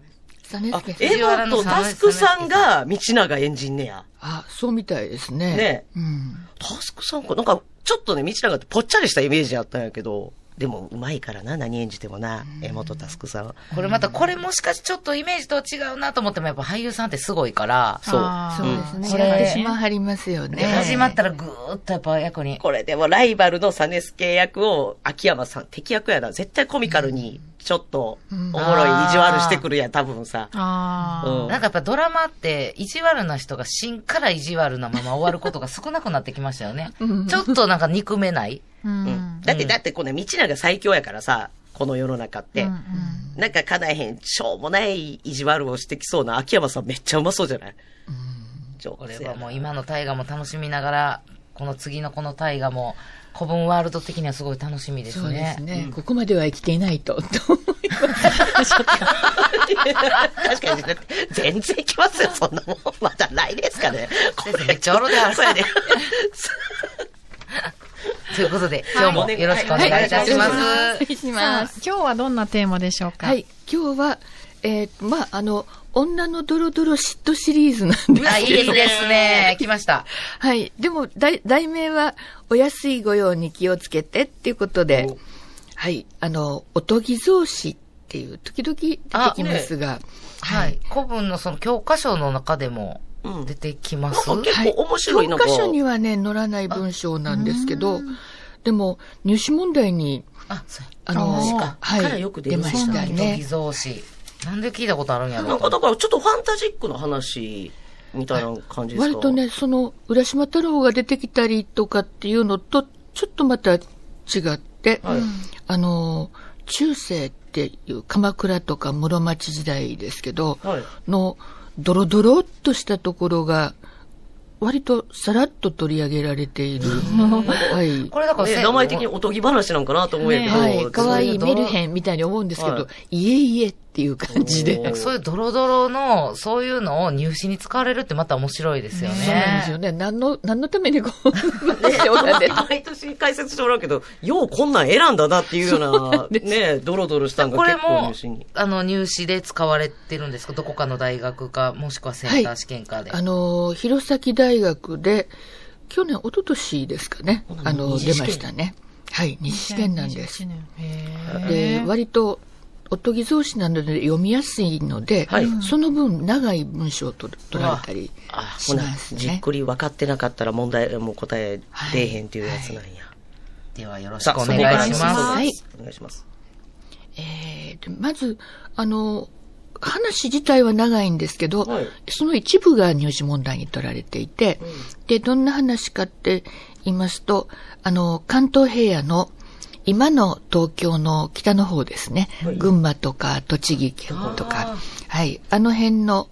Speaker 6: 実ね
Speaker 3: あ、
Speaker 6: 助さん。
Speaker 3: エ
Speaker 4: 原
Speaker 3: モ
Speaker 4: の
Speaker 3: と
Speaker 4: さん
Speaker 3: タスクさんが道長エンジニア。
Speaker 6: あ、そうみたいですね。
Speaker 3: ね
Speaker 6: うん。
Speaker 3: タスクさんか、なんか、ちょっとね、道長ってぽっちゃりしたイメージあったんやけど、でも、うまいからな、何演じてもな、エモとタスクさんは。
Speaker 4: これまた、これもしかしちょっとイメージと違うなと思っても、やっぱ俳優さんってすごいから、
Speaker 3: そう。
Speaker 6: そうですね。
Speaker 4: これ
Speaker 6: やってしまはりますよね。
Speaker 4: 始まったらぐーっとやっぱ役に。
Speaker 3: これでもライバルのサネスケ役を秋山さん、敵役やな。絶対コミカルに、ちょっと、おもろい意地悪してくるやん、多分さ。
Speaker 5: あ
Speaker 3: う
Speaker 5: あ。
Speaker 3: ん。
Speaker 4: なんかやっぱドラマって、意地悪な人が死んから意地悪なまま終わることが少なくなってきましたよね。ちょっとなんか憎め ない。
Speaker 5: うん。う
Speaker 3: うんんだって、だってこの道長最強やからさ、この世の中って。なんかかなえへん、しょうもない意地悪をしてきそうな秋山さんめっちゃうまそうじゃない上
Speaker 4: これ
Speaker 3: 手や
Speaker 4: は
Speaker 3: な
Speaker 4: もう今の大河も楽しみながら、この次のこの大河も、古文ワールド的にはすごい楽しみですね。
Speaker 6: そうですね、ここまでは生きていないと、と思いま す。
Speaker 3: 確かに、だって全然いきますよ、そんなもん。まだないですかね。こ
Speaker 4: めっちゃおろである
Speaker 3: そうやで。
Speaker 4: ということで、今日もよろしくお願いいたします。
Speaker 5: します。今日はどんなテーマでしょうか
Speaker 6: はい、今日は、えー、まあ、あの、女のドロドロ嫉妬シリーズなんで
Speaker 4: あ、
Speaker 6: す
Speaker 4: い
Speaker 6: けど。
Speaker 4: いですね。来ました。
Speaker 6: はい。でも、題題名は、お安い御用に気をつけてっていうことで、はい。あの、おとぎ増子っていう、時々出てきますが、
Speaker 4: はい。古文のその教科書の中でも
Speaker 3: うん
Speaker 4: 出てきます。
Speaker 3: なんか結構面白い
Speaker 6: 教
Speaker 3: のが。
Speaker 6: 科書にはね、載らない文章なんですけど、でも、入試問題に、
Speaker 4: あ、そうや。
Speaker 6: あの、
Speaker 3: あーからよく出る
Speaker 6: ました
Speaker 4: 人
Speaker 6: ね
Speaker 4: 偽。造詞。なんで聞いたことあるんやろ
Speaker 3: なん
Speaker 4: うと
Speaker 3: かだからちょっとファンタジックな話みたいな感じですか、
Speaker 6: 割とね、その、浦島太郎が出てきたりとかっていうのと、ちょっとまた違って、
Speaker 3: はい
Speaker 6: あの、中世っていう鎌倉とか室町時代ですけど、
Speaker 3: はい
Speaker 6: の、ドロドロっとしたところが、割とさらっと取り上げられている。はい。
Speaker 4: これだから、
Speaker 3: ね名前的に
Speaker 4: お
Speaker 3: おとぎ話なんかなと思うんやけど。
Speaker 6: はい。かわいい
Speaker 4: ドロ
Speaker 6: メ
Speaker 4: ドロ
Speaker 6: ルヘンみたいに思うんですけど、、
Speaker 3: はい
Speaker 6: えいえっていう感じで。
Speaker 3: お
Speaker 4: そういうドロドロの、そういうのを入試に使われるってまた面白いですよね。
Speaker 6: そうなんですよね。何の、何のためにこう、冗談で
Speaker 3: 毎年解説してもらうけど、ようこんなん選んだなっていうような、ね、ドロドロしたんが
Speaker 4: これ
Speaker 3: 結構
Speaker 4: も
Speaker 3: 入試に。、
Speaker 4: あの、入試で使われてるんですかどこかの大学か、もしくはセンター試験かで。
Speaker 6: あの、弘前大学で、去年、一昨年ですかね。あの、出ましたね。はい、日試験なんです。で、割と、おとぎ造詞なので読みやすいので、
Speaker 3: はい
Speaker 6: その分長い文章をと取られたり
Speaker 3: あ、
Speaker 6: し
Speaker 3: ほな
Speaker 6: ま、す
Speaker 3: じっ
Speaker 6: ね。
Speaker 3: くり分かってなかったら問題、もう答え出えへんっていうやつなんや。
Speaker 4: ではよろし
Speaker 3: さ
Speaker 4: く
Speaker 3: あ、
Speaker 4: お
Speaker 3: そ
Speaker 4: 願
Speaker 3: こから
Speaker 4: いし
Speaker 3: に
Speaker 4: ます。
Speaker 6: はい
Speaker 3: お願いします。
Speaker 6: えーとまず、あの、話自体は長いんですけど、
Speaker 3: はい
Speaker 6: その一部が入試問題に取られていて、で、どんな話かって言いますと、あの、関東平野の今の東京の北の方ですね、群馬とか栃木県とか、はい、あの辺の、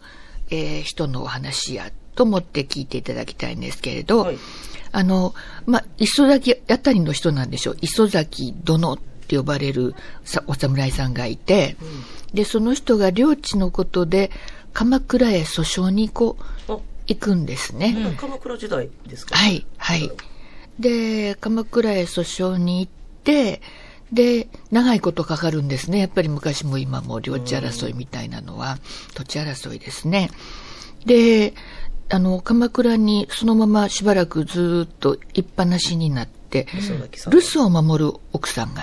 Speaker 6: えー人のお話やと思って聞いていただきたいんですけれど、
Speaker 3: はい
Speaker 6: あの、まあ、磯崎あたりの人なんでしょう。磯崎殿って呼ばれるさお侍さんがいて、で、その人が領地のことで、鎌倉へ訴訟にこう
Speaker 3: あ、
Speaker 6: 行くんですね。
Speaker 3: 鎌倉時代ですか
Speaker 6: はい、はい。で、鎌倉へ訴訟に行って、で、長いことかかるんですね。やっぱり昔も今も領地争いみたいなのは、土地争いですね。で、あの、鎌倉にそのまましばらくずーっといっぱなしになって、
Speaker 3: 磯崎さん
Speaker 6: 留。守を守る奥さんが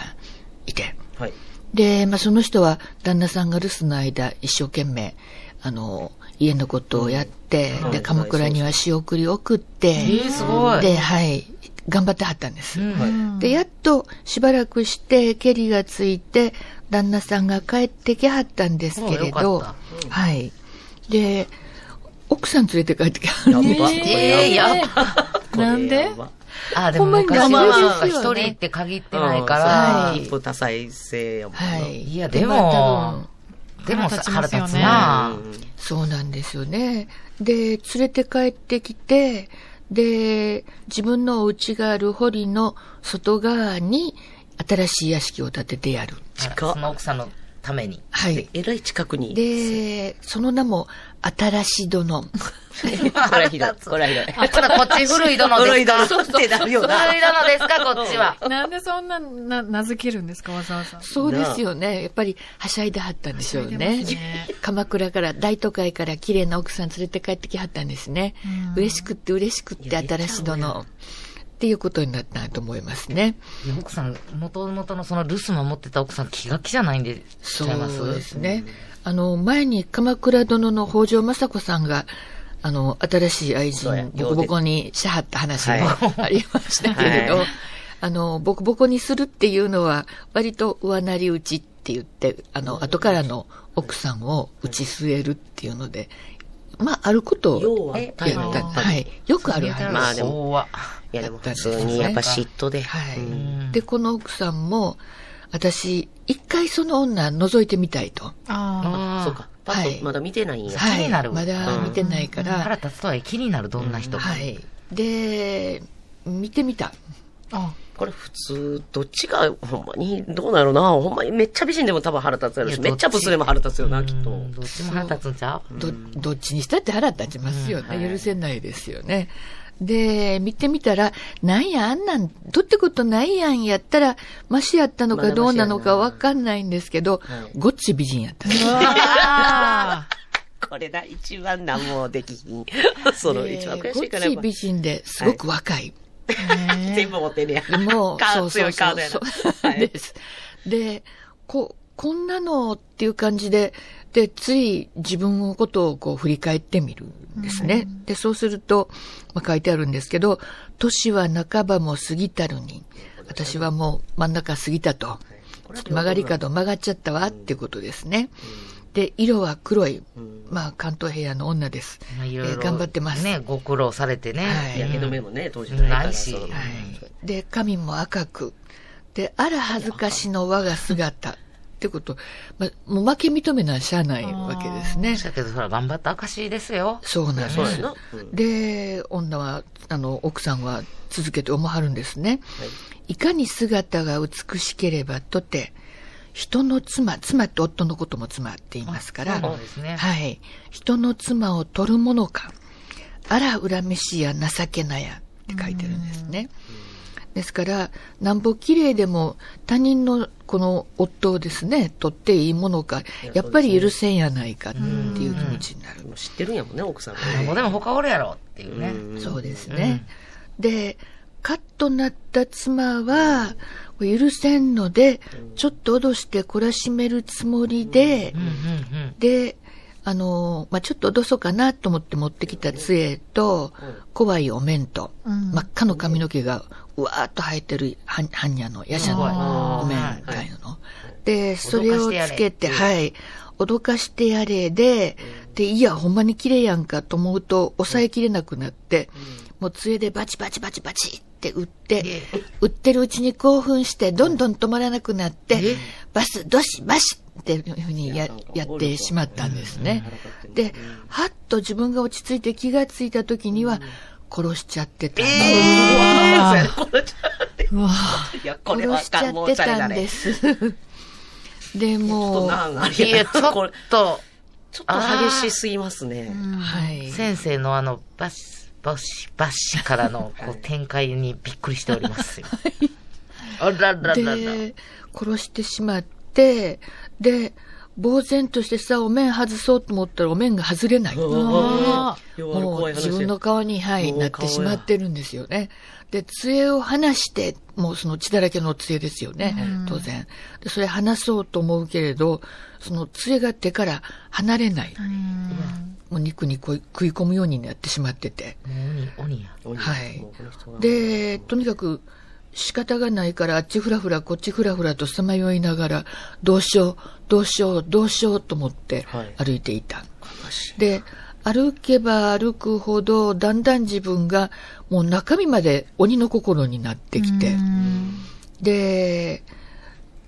Speaker 6: いて、
Speaker 3: はい。
Speaker 6: で、まあ、その人は旦那さんが留守の間一生懸命あの家のことをやって、
Speaker 3: うんは
Speaker 6: で
Speaker 3: い
Speaker 6: 鎌倉には仕送りを送って、
Speaker 4: えー、すごい。
Speaker 6: で、はい、頑張ってはったんです、
Speaker 4: うん
Speaker 6: でやっとしばらくしてケリがついて旦那さんが帰ってきはったんですけれ
Speaker 4: おうよ
Speaker 6: ど
Speaker 4: かっ、
Speaker 6: はい、で奥さん連れて帰ってきはるんです
Speaker 3: え
Speaker 4: えー、やっぱ。
Speaker 3: これ
Speaker 5: なんで
Speaker 3: は
Speaker 4: あ、でも
Speaker 6: ほんまに
Speaker 4: 昔は
Speaker 6: 我慢
Speaker 4: 一人って限ってないから
Speaker 3: うんそう。一夫多妻制やもんな。
Speaker 6: はい、
Speaker 4: いや、で
Speaker 6: まあ多分
Speaker 4: も、でもさ腹
Speaker 5: 腹立ちますよね
Speaker 4: 立つな
Speaker 6: そうなんですよね。で、連れて帰ってきて、で、自分のお家がある堀の外側に新しい屋敷を建ててやる。
Speaker 3: 近っ
Speaker 4: その奥さんのために。
Speaker 6: はい。
Speaker 3: えらい近くに。
Speaker 6: で、その名も、新し殿。
Speaker 3: これはひどい。これはひどい。
Speaker 4: あ、これこっち古い殿
Speaker 3: 古
Speaker 4: で
Speaker 3: い
Speaker 4: すか
Speaker 3: 殿ってなるよな。
Speaker 4: 古い殿ですか、こっちは。
Speaker 5: なんでそんな、な、名付けるんですか、わざわざ。
Speaker 6: そうですよね。やっぱり、はしゃいではったんでしょう
Speaker 5: はしゃいで
Speaker 6: ね。
Speaker 5: ますね
Speaker 6: 鎌倉から、大都会から綺麗な奥さん連れて帰ってきはったんですね。嬉しくって嬉しくって、新し殿。っていうことになったと思いますね。
Speaker 4: いや奥さん、元々のその留守守ってた奥さん気が気じゃないんで、し
Speaker 6: そ
Speaker 4: ちゃいます
Speaker 6: うですね。あの、前に鎌倉殿の北条政子さんが、あの、新しい愛
Speaker 3: そうや
Speaker 6: 人、ボコボコにしはった話も ありましたけれど、
Speaker 3: はい
Speaker 6: あの、ボコボコにするっていうのは、割と上なり打ちって言って、あの、後からの奥さんを打ち据えるっていうので、まあ、あること
Speaker 3: 要
Speaker 6: を
Speaker 3: は
Speaker 6: やった。はい。よくある話。
Speaker 3: まあでも
Speaker 4: 昭和
Speaker 3: いやでも普通にやっぱ嫉妬で。
Speaker 6: はい、
Speaker 4: ん
Speaker 6: で、この奥さんも、私、一回その女覗いてみたいと。
Speaker 5: あ
Speaker 3: あそうか。パ
Speaker 6: は
Speaker 3: ッ
Speaker 6: い
Speaker 3: とまだ見てないんや。
Speaker 6: はい
Speaker 4: 気になる
Speaker 6: まだ見てないから
Speaker 4: 腹。立つとはいえ気になる、どんな人か。
Speaker 6: はい。で、見てみた。
Speaker 5: あ。
Speaker 3: これ普通、どっちが、ほんまに、どうなるな。ほんまにめっちゃ美人でも多分腹立つやろ
Speaker 4: い
Speaker 3: し、
Speaker 4: や
Speaker 3: めっちゃブスでも腹立つよ
Speaker 4: う
Speaker 3: な、
Speaker 4: ん
Speaker 3: きっと。
Speaker 4: どっちも腹立つんちゃう
Speaker 6: ど、どっちにしたって腹立ちますよ
Speaker 3: うんは
Speaker 6: ね。
Speaker 3: い
Speaker 6: 許せないですよね。で、見てみたら、なんや、あんなん、どってことないやんやったら、マシやったの
Speaker 3: ま
Speaker 6: か
Speaker 3: だ
Speaker 6: どうなの
Speaker 3: マ
Speaker 6: か
Speaker 3: シやな
Speaker 6: わかんないんですけど
Speaker 3: はい、
Speaker 6: ごっち美人やった。
Speaker 5: あ
Speaker 3: これだ、一番何もできひん。 その、一番
Speaker 6: で
Speaker 3: 悔
Speaker 6: ご
Speaker 3: し
Speaker 6: っ
Speaker 3: いから、
Speaker 6: ち美人ですごく若い
Speaker 3: 全部持ってるやん。
Speaker 6: もう、
Speaker 3: カー
Speaker 6: そうそ
Speaker 3: 強
Speaker 6: う
Speaker 3: いカー
Speaker 6: そう
Speaker 3: ドやな
Speaker 6: そう
Speaker 3: はい
Speaker 6: です。で、こ、こんなのっていう感じで、で、つい自分のことをこう振り返ってみるんですね。で、そうすると、まあ、書いてあるんですけど、年は半ばも過ぎたるに、私はもう真ん中過ぎたと。曲がり角曲がっちゃったわっていうことですね。で、色は黒い。まあ、関東平野の女です。
Speaker 4: まあいろい
Speaker 6: え
Speaker 4: ろ
Speaker 6: ー頑張ってます。
Speaker 4: ね、ご苦労されてね。
Speaker 6: はい
Speaker 3: やけ
Speaker 4: う
Speaker 3: ど
Speaker 4: ん
Speaker 3: 目もね、当時ないから。
Speaker 4: ないしはい
Speaker 6: で、髪も赤く。で、あら恥ずかしの我が姿。ってこと、ま、もう負け認めなしゃあないわけですね。
Speaker 4: だけど、ほら、頑張った証ですよ。
Speaker 6: そうなんです。
Speaker 3: そうやな。うん
Speaker 6: で、女は、あの、奥さんは続けて思はるんですね。い、かに姿が美しければとて、人の妻、妻って夫のことも妻って言いますか
Speaker 4: あ
Speaker 6: ら、
Speaker 4: そうなんですね
Speaker 6: はい。人の妻を取るものか、あら恨めしや情けなやって書いてるんですね。ですから、なんぼ綺麗でも他人のこの夫をですね、取っていいものか、やっぱり許せんやないかっていう気持ちになる
Speaker 3: も。う知ってるんやもんね、奥さんもね。
Speaker 4: なんぼでも他おるやろっていうね。
Speaker 6: そうですね。で、カッとなった妻は、許せんので、ちょっと脅して懲らしめるつもりで、
Speaker 4: うんうんうん。
Speaker 6: で、あの、まあ、ちょっと脅そうかなと思って持ってきた杖と、怖いお面と、
Speaker 5: うん
Speaker 6: 真っ赤の髪の毛が、うわーっと生えてる、はん、はんにゃの、やしゃの
Speaker 4: すごいあー
Speaker 6: お面みたいなの。で、それをつけて、
Speaker 4: 脅かしてやれ
Speaker 6: はい、脅かしてやれで、で、いや、ほんまに綺麗やんかと思うと、抑えきれなくなって、もう杖でバチバチバチバチって打って、打ってるうちに興奮して、どんどん止まらなくなって、バス、どし、バシっていうふうにややってしまったんですね。で、はっと自分が落ち着いて気がついた時には、殺しちゃってたんです。
Speaker 5: うわ
Speaker 3: いや、これは
Speaker 6: 殺
Speaker 3: あか
Speaker 6: しちゃ
Speaker 3: ん、も
Speaker 6: っ
Speaker 3: う
Speaker 6: て
Speaker 3: チャレ
Speaker 6: た
Speaker 3: だ
Speaker 6: んで
Speaker 3: ね。
Speaker 6: す。でもう、
Speaker 3: な
Speaker 6: は
Speaker 3: んあ
Speaker 4: い
Speaker 3: り
Speaker 4: や、
Speaker 3: や
Speaker 4: ち
Speaker 3: ち
Speaker 4: ょ
Speaker 3: ょ
Speaker 4: っ
Speaker 3: っと、
Speaker 4: と、
Speaker 3: ちょっと激しすぎますね。
Speaker 6: い。
Speaker 4: 先生のあの、バシ、バシ、バシからのこう展開にびっくりしておりますよ。あらららら。
Speaker 6: で、殺してしまって、で、呆然としてさ、お面外そうと思ったらお面が外れない。
Speaker 3: うわーようある
Speaker 6: も
Speaker 3: 怖
Speaker 6: う
Speaker 3: い話
Speaker 6: 自分の顔に、はい、
Speaker 3: もう
Speaker 6: なってしまってるんですよね。で、杖を離して、もうその血だらけの杖ですよね、当然。で、それ離そうと思うけれど、その杖が手から離れない。もう肉にこい食い込むようになってしまってて。
Speaker 4: 鬼、鬼や。
Speaker 6: はい
Speaker 3: もうこの人が
Speaker 6: で、とにかく仕方がないから、あっちふらふら、こっちふらふらとさまよいながら、どうしよう、どうしよう、どうしようと思って
Speaker 3: はい
Speaker 6: 歩いていた。
Speaker 3: 悲しい
Speaker 6: で、歩けば歩くほど、だんだん自分が、もう中身まで鬼の心になってきて、で、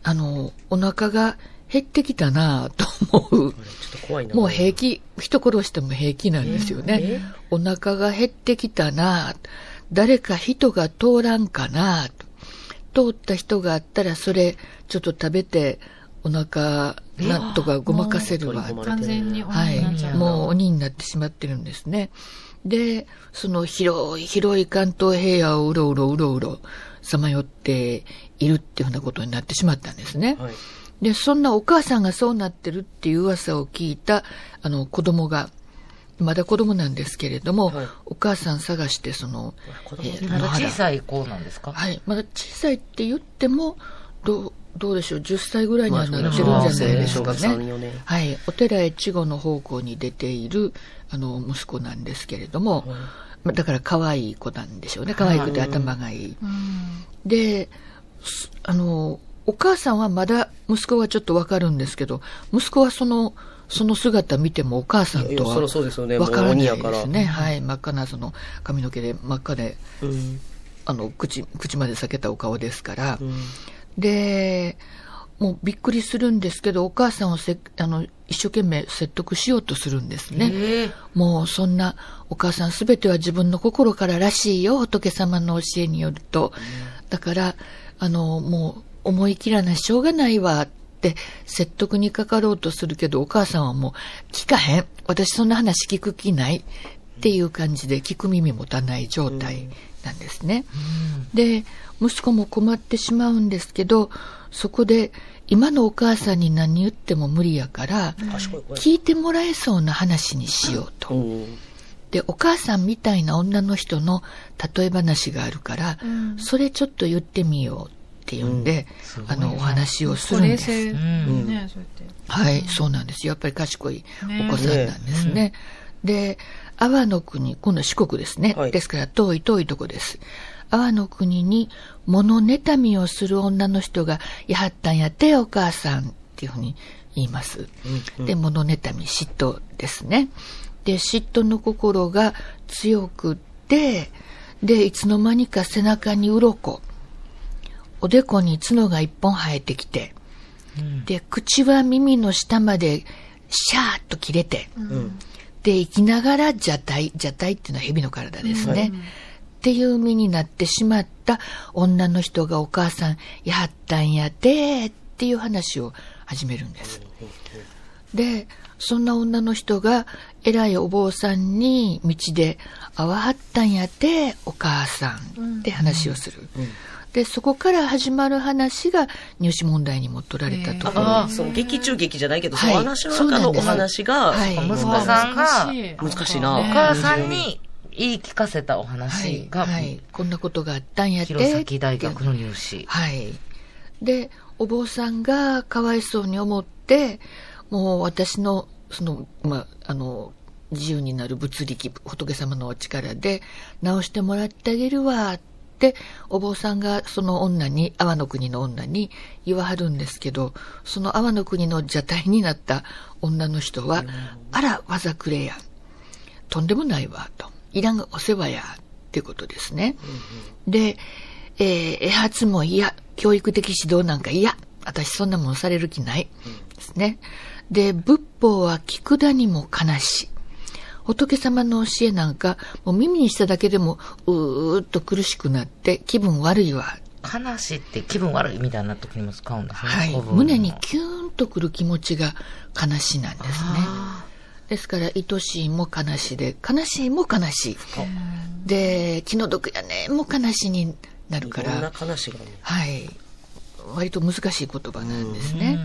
Speaker 6: あの、お腹が減ってきたなぁと思う。
Speaker 3: ちょっと怖いな。
Speaker 6: もう平気、人殺しても平気なんですよね。お腹が減ってきたなぁ誰か人が通らんかなぁと通った人があったらそれちょっと食べてお腹なんとかごまかせる
Speaker 3: 取り
Speaker 6: わ
Speaker 3: 込。まれ
Speaker 5: 完
Speaker 3: てる
Speaker 5: 全に
Speaker 6: は
Speaker 5: 鬼になっちゃ
Speaker 6: い。
Speaker 5: う。
Speaker 6: もう鬼になってしまってるんですね。で、その広い広い関東平野をうろうろうろうろさまよっているっていうふうなことになってしまったんですね。
Speaker 3: はい。
Speaker 6: で、そんなお母さんがそうなってるっていう噂を聞いた、あの、子供が、まだ子供なんですけれども、
Speaker 3: はい
Speaker 6: お母さん探して、その、
Speaker 3: 子供
Speaker 6: えー
Speaker 4: まだ小
Speaker 6: 野原
Speaker 4: さい子なんですか
Speaker 6: はい。まだ小さいって言っても、どう、どうでしょう、10歳ぐらいに
Speaker 3: まあ
Speaker 6: は
Speaker 3: そ
Speaker 6: な
Speaker 3: う
Speaker 6: っ
Speaker 3: で
Speaker 6: て
Speaker 3: すね
Speaker 6: るんじゃないでしょ
Speaker 3: 小
Speaker 6: うか
Speaker 3: 学
Speaker 6: ね。
Speaker 3: 3、4年。
Speaker 6: はい、お寺越後の方向に出ているあの息子なんですけれども、まあだから可愛い子なんでしょうね可愛くて頭がいい、ですあのお母さんはまだ息子はちょっとわかるんですけど息子はそのその姿見てもお母さん
Speaker 3: いや
Speaker 6: とは
Speaker 3: そらそうですよね
Speaker 6: わからない
Speaker 3: もう鬼や
Speaker 6: で
Speaker 3: から
Speaker 6: すねはい真っ赤なその髪の毛で真っ赤で
Speaker 3: うん。
Speaker 6: あの口口まで裂けたお顔ですから、
Speaker 3: うん
Speaker 6: で、もうびっくりするんですけど、お母さんをせあの一生懸命説得しようとするんですね。もうそんな、お母さんすべては自分の心かららしいよ、仏様の教えによると。だから、あの、もう思い切らない、しょうがないわって説得にかかろうとするけど、お母さんはもう聞かへん。私そんな話聞く気ない。っていう感じで聞く耳持たない状態なんですね。で、息子も困ってしまうんですけど、そこで今のお母さんに何言っても無理やから、
Speaker 3: 賢い子や
Speaker 6: 聞いてもらえそうな話にしようと。
Speaker 3: うん。
Speaker 6: で、お母さんみたいな女の人の例え話があるから、それちょっと言ってみようっていうんで、あの、お話をするん
Speaker 5: 冷
Speaker 6: です。
Speaker 5: 静。ね、そうやって。
Speaker 6: はい、そうなんです。やっぱり賢い
Speaker 5: ね
Speaker 6: お子さんなんですね。で、阿波の国、今度は四国ですね。
Speaker 3: はい
Speaker 6: ですから遠い遠いとこです。阿波の国に物妬みをする女の人が、やはったんやってお母さんっていうふうに言います。で、物妬み、嫉妬ですね。で、嫉妬の心が強くって、で、いつの間にか背中に鱗。おでこに角が一本生えてきて、で、口は耳の下までシャーッと切れて、で、生きながら蛇体、蛇体っていうのは蛇の体ですね。っていう身になってしまった女の人がお母さんやったんやでっていう話を始めるんです。で、そんな女の人が偉いお坊さんに道で会わはったんやってお母さんって話をする。で、そこから始まる話が入試問題にも取られたところ
Speaker 3: ああ、そう、劇中劇じゃないけど、そ
Speaker 6: はい
Speaker 3: の話の中のお話が、
Speaker 6: はい
Speaker 4: 息子さんが、
Speaker 3: 難しい
Speaker 4: お
Speaker 3: な。
Speaker 4: 母さんに言い聞かせたお話が、
Speaker 6: はいはい、こんなことがあったんやって
Speaker 4: 弘前大学の入試。
Speaker 6: はい。で、お坊さんがかわいそうに思って、もう私の、その、まあ、あの、自由になる物力、仏様のお力で直してもらってあげるわって、お坊さんがその女に、阿波の国の女に言わはるんですけど、その阿波の国の邪体になった女の人は、あら、わざくれや。とんでもないわ、と。いらんお世話や、っていうことですね。で、えー、絵発も嫌、教育的指導なんか嫌、私そんなもんされる気ない、ですね。で、仏法は聞くだにも悲し。仏様の教えなんか、もう耳にしただけでも、うーっと苦しくなって、気分悪いわ。
Speaker 4: 悲しいって気分悪いみたいな時にも使うんですね。
Speaker 6: はい。
Speaker 4: 古文の
Speaker 6: 胸にキューンとくる気持ちが悲しなんですね。ですから、愛しいも悲しで、悲しいも悲しい。で、気の毒やね、も悲しになる
Speaker 3: い
Speaker 6: か
Speaker 3: ろんな
Speaker 6: ら。
Speaker 3: 話があるね。
Speaker 6: はい。割と難しい言葉なんですね。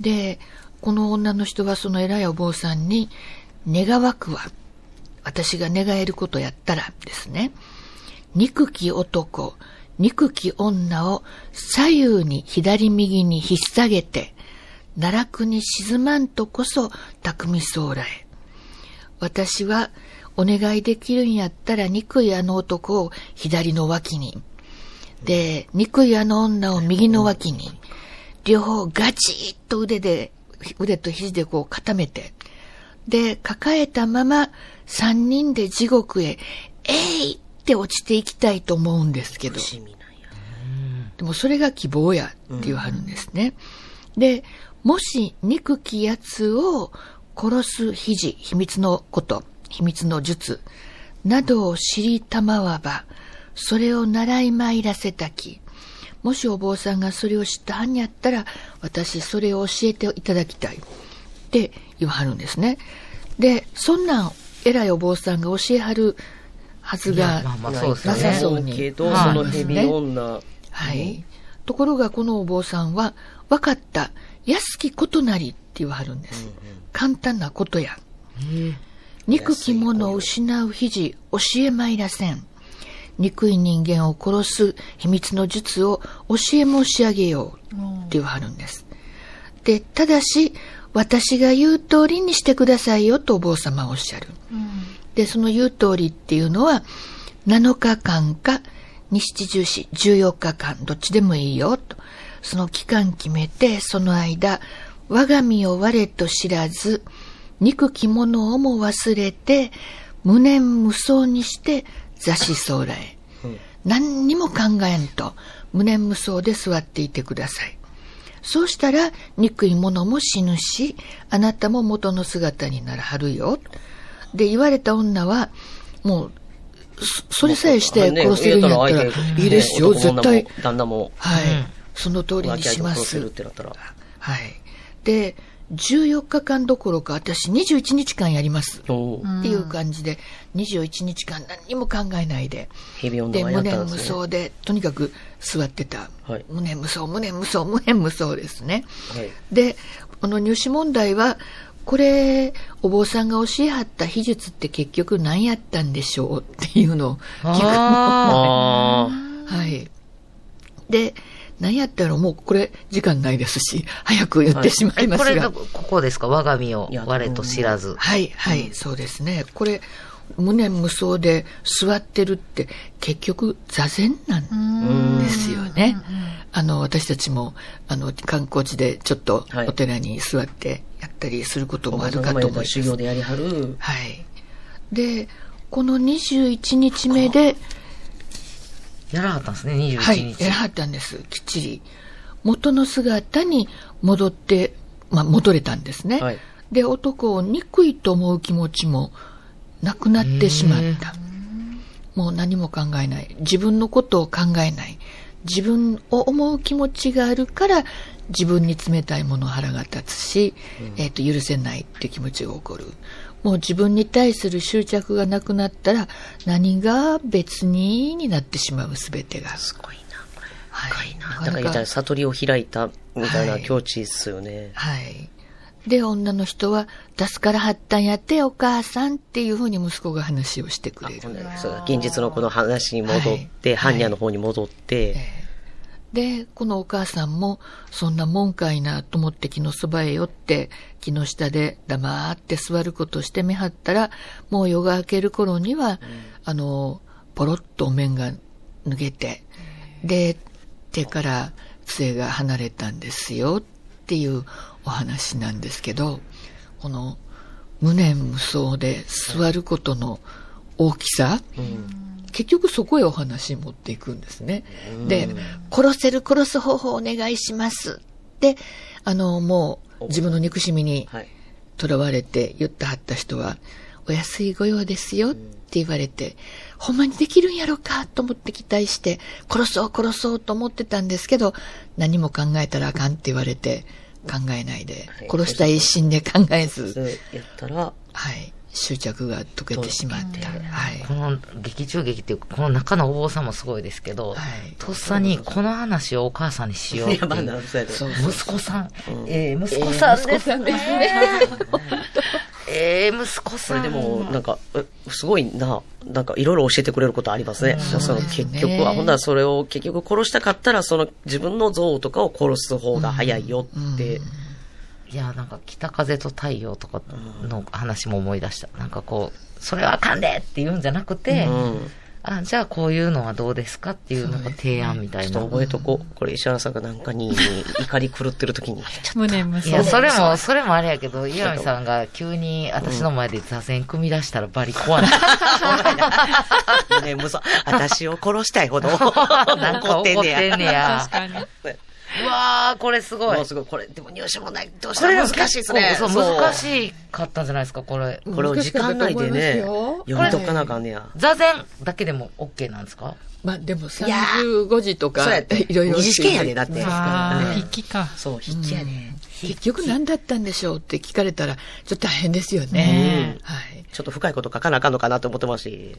Speaker 6: で、この女の人はその偉いお坊さんに、願わくは、私が願えることやったらですね、憎き男、憎き女を左右に左右に引っ下げて、奈落に沈まんとこそ匠将来。私はお願いできるんやったら憎いあの男を左の脇に、で、憎いあの女を右の脇に、両方ガチッと腕で、腕と肘でこう固めて、で、抱えたまま三人で地獄へ、えいって落ちていきたいと思うんですけど。
Speaker 3: 地味なんや。
Speaker 6: でもそれが希望やって言わはるんですね。で、もし憎き奴を殺す肘、秘密のこと、秘密の術、などを知りたまわば、それを習いまいらせたき、もしお坊さんがそれを知ったはんやったら、私それを教えていただきたい。って言わはるんですね。で、そんなん、偉いお坊さんが教えはるはずが、
Speaker 4: まあまあそうですよ
Speaker 6: な
Speaker 4: ね。
Speaker 6: さそう
Speaker 3: 思
Speaker 6: に
Speaker 3: けど、
Speaker 4: はい
Speaker 3: そのヘビ女。
Speaker 6: はい。ところがこのお坊さんは、分かった、安きことなりって言わはるんです。簡単なことや。憎き者を失う肘、教えまいらせん。憎い人間を殺す秘密の術を教え申し上げようって言わはるんです。で、ただし、私が言う通りにしてくださいよとお坊様はおっしゃる。で、その言う通りっていうのは、7日間か、西七十四、14日間、どっちでもいいよ、と。その期間決めて、その間、我が身を我と知らず、憎き者をも忘れて、無念無想にして、座し僧らへ。何にも考えんと、無念無想で座っていてください。そうしたら、憎い者も死ぬし、あなたも元の姿にならはるよ。で、言われた女は、もう、そそれさえして殺せるんやったら、
Speaker 3: ね
Speaker 6: いいですよ、
Speaker 3: 男も女も
Speaker 6: 絶対。
Speaker 3: 旦那も、
Speaker 6: はい。その通り
Speaker 3: 浮
Speaker 6: に
Speaker 3: 気相
Speaker 6: し
Speaker 3: 手を
Speaker 6: ま
Speaker 3: 殺せ
Speaker 6: す
Speaker 3: るっ。てなったら。
Speaker 6: はい。で、14日間どころか、私21日間やります。っ
Speaker 3: おー
Speaker 6: ていう感じで、21日間何にも考えないで。
Speaker 3: ヘビ女
Speaker 6: で、
Speaker 3: はやっ
Speaker 6: 無
Speaker 3: た
Speaker 6: 念
Speaker 3: ん
Speaker 6: 無
Speaker 3: ですね。
Speaker 6: 双で、とにかく座ってた。
Speaker 3: はい
Speaker 6: 無念無双、無念無双、無念無双ですね。
Speaker 3: はい
Speaker 6: で、この入試問題は、これ、お坊さんが教えはった秘術って結局何やったんでしょうっていうのを聞く
Speaker 3: あ
Speaker 6: はい。で、何やったらもうこれ時間ないですし、 早く言ってしまいま
Speaker 4: こ
Speaker 6: す
Speaker 4: れ
Speaker 6: が。
Speaker 4: が、ここですか我が身を我と知らず。
Speaker 6: はい、はい、そうですね。これ、無念無想で座ってるって結局座禅なんですよね。あの、私たちも、あの、観光地でちょっと
Speaker 3: はい
Speaker 6: お寺に座ってやったりすること
Speaker 3: あ。お
Speaker 6: も
Speaker 3: 前
Speaker 6: ある
Speaker 3: の
Speaker 6: かと
Speaker 3: 前
Speaker 6: 思い
Speaker 3: で
Speaker 6: ま
Speaker 3: 修
Speaker 6: す。
Speaker 3: 行でやりはる。
Speaker 6: はい。で、この21日目で、
Speaker 4: やらなかったんですね、21日。
Speaker 6: はい、やらはったんです、きっちり。元の姿に戻って、まあ、戻れたんですね。
Speaker 3: はい
Speaker 6: で、男を憎いと思う気持ちもなくなってしまった。もう何も考えない。自分のことを考えない。自分を思う気持ちがあるから、自分に冷たいものを腹が立つし、えっ、と、許せないって気持ちが起こる。もう自分に対する執着がなくなったら、何が別にになってしまう、すべてが。
Speaker 3: すごいな、これ。
Speaker 6: はい。な
Speaker 3: なんか言ったら悟りを開いたみたいな境地っすよね。
Speaker 6: はい。で、女の人は、助からはったんやって、お母さんっていうふうに息子が話をしてくれる。
Speaker 3: 今度はそうだ現実のこの話に戻って、般若の方に戻って、
Speaker 6: で、このお母さんも、そんなもんかいなと思って木のそばへ寄って、木の下で黙って座ることしてみはったら、もう夜が明ける頃には、あの、ポロッとお面が脱げて、で、手から杖が離れたんですよっていうお話なんですけど、この、無念無想で座ることの大きさ、結局そこへお話持っていくんですね。で、殺せる殺す方法お願いしますって、あの、もう自分の憎しみに
Speaker 3: はい。
Speaker 6: 囚われて言ったはった人は、お安い御用ですよって言われて、ほんまにできるんやろかと思って期待して、殺そう殺そうと思ってたんですけど、何も考えたらあかんって言われて、考えないで
Speaker 3: はい、
Speaker 6: 殺したい一心で考え
Speaker 3: そ
Speaker 6: ず、
Speaker 3: れやったら、
Speaker 6: はい、執着が解けてしまった。はい。
Speaker 4: この劇中劇っていうか、この中のお坊さんもすごいですけど、
Speaker 6: はい
Speaker 4: とっさにこの話をお母さんにしようっていう
Speaker 3: やばな、そうやで
Speaker 6: そうそう
Speaker 4: 息子さん、えー、息子さんですね。えー、息子
Speaker 3: そ
Speaker 4: さ
Speaker 3: れ
Speaker 4: ん。
Speaker 3: でも、なんか、えすごいな、なんかいろいろ教えてくれることありますね。その結局は、ほんならそれを結局殺したかったら、その自分の憎悪とかを殺す方が早いよって、
Speaker 4: いや、なんか、北風と太陽とかの話も思い出した。なんかこう、それはあかんでって言うんじゃなくて、
Speaker 3: うん
Speaker 4: あ、じゃあこういうのはどうですかっていう、なんか提案みたい
Speaker 3: ちょっ
Speaker 4: な。
Speaker 3: と覚えとこう。これ石原さんがなんかに怒り狂ってる時に。
Speaker 5: 無念無
Speaker 4: い
Speaker 5: 双
Speaker 4: や、。それも、それもあれやけど、岩見さんが急に私の前で座禅組み出したらバ リ怖い。
Speaker 3: ね、むさ、私を殺したいほど
Speaker 4: なんか
Speaker 3: 怒
Speaker 4: 怒
Speaker 3: っ
Speaker 4: ってて
Speaker 3: んねや。
Speaker 4: んねや。
Speaker 5: 確かに。
Speaker 4: うわー、これすご
Speaker 3: もう
Speaker 4: い。こ
Speaker 3: すごい。これ、でも入試問題、どうした
Speaker 4: れ
Speaker 3: ら
Speaker 4: も
Speaker 3: 難しいですね。
Speaker 4: 結構そう、難
Speaker 3: い。
Speaker 4: しかったんじゃないですか、これ。
Speaker 3: これを時間内でね、読み解かなあかんねや。
Speaker 4: 座禅だけでも OK なんですか
Speaker 6: まあでも
Speaker 3: や
Speaker 6: 35時と
Speaker 3: そう
Speaker 6: か、
Speaker 3: や
Speaker 6: い
Speaker 3: って
Speaker 6: ろいろ。
Speaker 3: 二次試験やでだって
Speaker 6: ですから
Speaker 5: あ
Speaker 6: ね
Speaker 5: あ、筆記か。
Speaker 3: そう、引きやね。
Speaker 6: 結局何だったんでしょうって聞かれたら、ちょっと大変ですよね。はい。
Speaker 3: ちょっと深いこと書かなあかんのかなと思ってますし。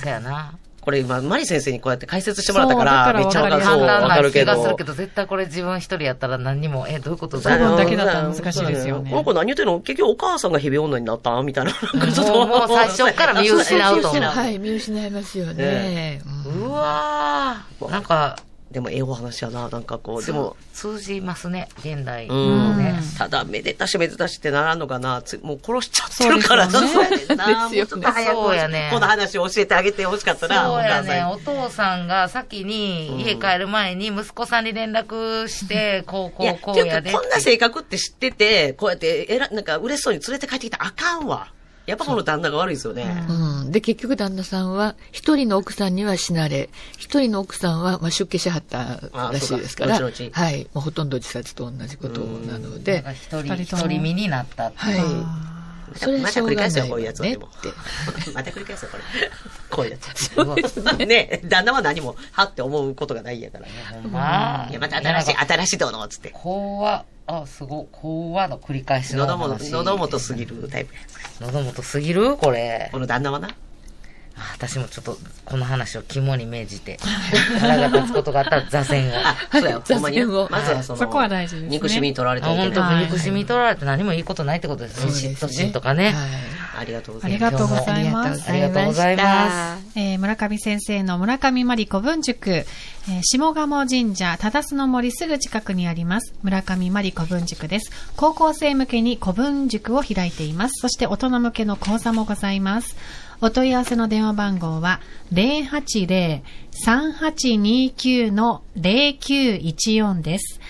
Speaker 4: そやな。
Speaker 3: これ今、マリ先生にこうやって解説してもらったか、
Speaker 5: そうだからら
Speaker 3: めっちゃわかる。
Speaker 5: わか
Speaker 3: そ
Speaker 5: る
Speaker 3: う、
Speaker 4: 簡単
Speaker 3: わか
Speaker 4: な
Speaker 3: るけ
Speaker 4: 気が
Speaker 3: ど
Speaker 4: するけ。ど、絶対これ自分一人やったら何にも、え、どういうこと
Speaker 5: そう
Speaker 4: だ
Speaker 5: 語
Speaker 4: ろう
Speaker 5: だけだったら難しいですよね
Speaker 3: この子何言ってんの結局お母さんがヘビ女になったみたいな。なんかちょっと
Speaker 4: もうもう最初から見失うと思う
Speaker 6: はい、見失いますよね
Speaker 3: ね。
Speaker 6: うん
Speaker 4: うわー。なんか、
Speaker 3: でも、ええお話やな、なんかこう。で
Speaker 4: で
Speaker 3: も
Speaker 4: も、、通じますね、現代。
Speaker 3: う
Speaker 4: の
Speaker 3: ん
Speaker 4: ね。
Speaker 3: ただ、めでたしめでたしってならんのかな。つもう殺しちゃってるから、
Speaker 5: そうです
Speaker 3: そうや
Speaker 5: よ
Speaker 3: ねんな
Speaker 6: ですよね
Speaker 3: もうちょっと早く
Speaker 4: そうやね
Speaker 3: この話を教えてあげてほしかったな、
Speaker 4: そうやね。
Speaker 3: お母
Speaker 4: お父さんが先に家帰る前に息子さんに連絡して、こ
Speaker 3: さ
Speaker 4: う
Speaker 3: んいや
Speaker 4: こうこうや
Speaker 3: て
Speaker 4: で。
Speaker 3: いうかこんな性格って知ってて、こうやって、えら、なんか嬉しそうに連れて帰ってきたらあかんわ。やっぱこの旦那が悪いですよね。
Speaker 6: うん、で、結局旦那さんは、一人の奥さんには死なれ、一人の奥さんは、まあ、出家しはったらしいですから、
Speaker 3: あそうか後々
Speaker 6: はい、もうほとんど自殺と同じことなので、
Speaker 4: なんか一人、
Speaker 5: 二人
Speaker 4: 一
Speaker 5: とも
Speaker 4: 人身になったって。
Speaker 6: はい。それは
Speaker 3: ま
Speaker 6: したょ
Speaker 3: 繰
Speaker 6: う
Speaker 3: り
Speaker 6: が
Speaker 3: 返す
Speaker 6: な
Speaker 3: よ、
Speaker 6: い
Speaker 3: こういうやつをで
Speaker 6: わねっ
Speaker 3: も
Speaker 6: て。
Speaker 3: また繰り返すよ、これ。こういうやつ。ね、旦那は何も、はって思うことがないやからね。
Speaker 4: まあ、
Speaker 3: いや、また新しい、
Speaker 4: なんか
Speaker 3: 新しいどうの、つって。
Speaker 4: 怖、あ、すごい、怖の繰り返しの
Speaker 3: 喉も、
Speaker 4: 話。
Speaker 3: 喉元すぎるタイプやつ。
Speaker 4: 喉元すぎるこれ。
Speaker 3: この旦那はな。
Speaker 4: あ私もちょっと、この話を肝に銘 じて、腹が立つことがあったら座禅を。
Speaker 3: あ、そうや、
Speaker 6: 雑
Speaker 3: ほんまに
Speaker 6: 念を。
Speaker 3: まずはその、
Speaker 5: そこは大事ですね
Speaker 3: 憎しみに取られ
Speaker 4: あ
Speaker 3: てはいけな
Speaker 4: 本
Speaker 3: い。
Speaker 4: 当
Speaker 5: はい
Speaker 4: 憎しみ取られて何もいいことないってことですね。嫉妬心とかね。
Speaker 6: は
Speaker 3: ありがとうござ
Speaker 5: あ
Speaker 3: い
Speaker 5: り
Speaker 3: ます。
Speaker 5: がとうございます。
Speaker 4: ありがとうございます。
Speaker 5: えー村上先生の村上真理子文塾、えー下鴨神社、忠須の森すぐ近くにあります。村上真理子文塾です。高校生向けに古文塾を開いています。そして大人向けの講座もございます。お問い合わせの電話番号は、080-3829-0914です。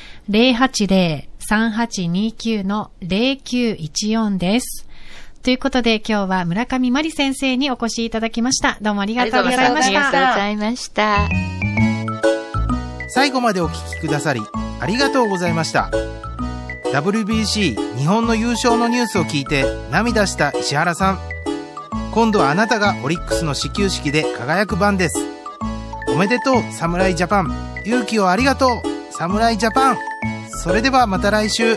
Speaker 5: 080-3829-0914です。ということで今日は村上真理先生にお越しいただきました。どうもありがとうございま
Speaker 6: い。あ
Speaker 5: し
Speaker 6: りが
Speaker 5: た
Speaker 6: と。うございました。
Speaker 2: 最後までお聞きくださりありがとうございました WBC 日本の優勝のニュースを聞いて涙した石原さん今度はあなたがオリックスの始球式で輝く番ですおめでとう侍ジャパン勇気をありがとう侍ジャパンそれではまた来週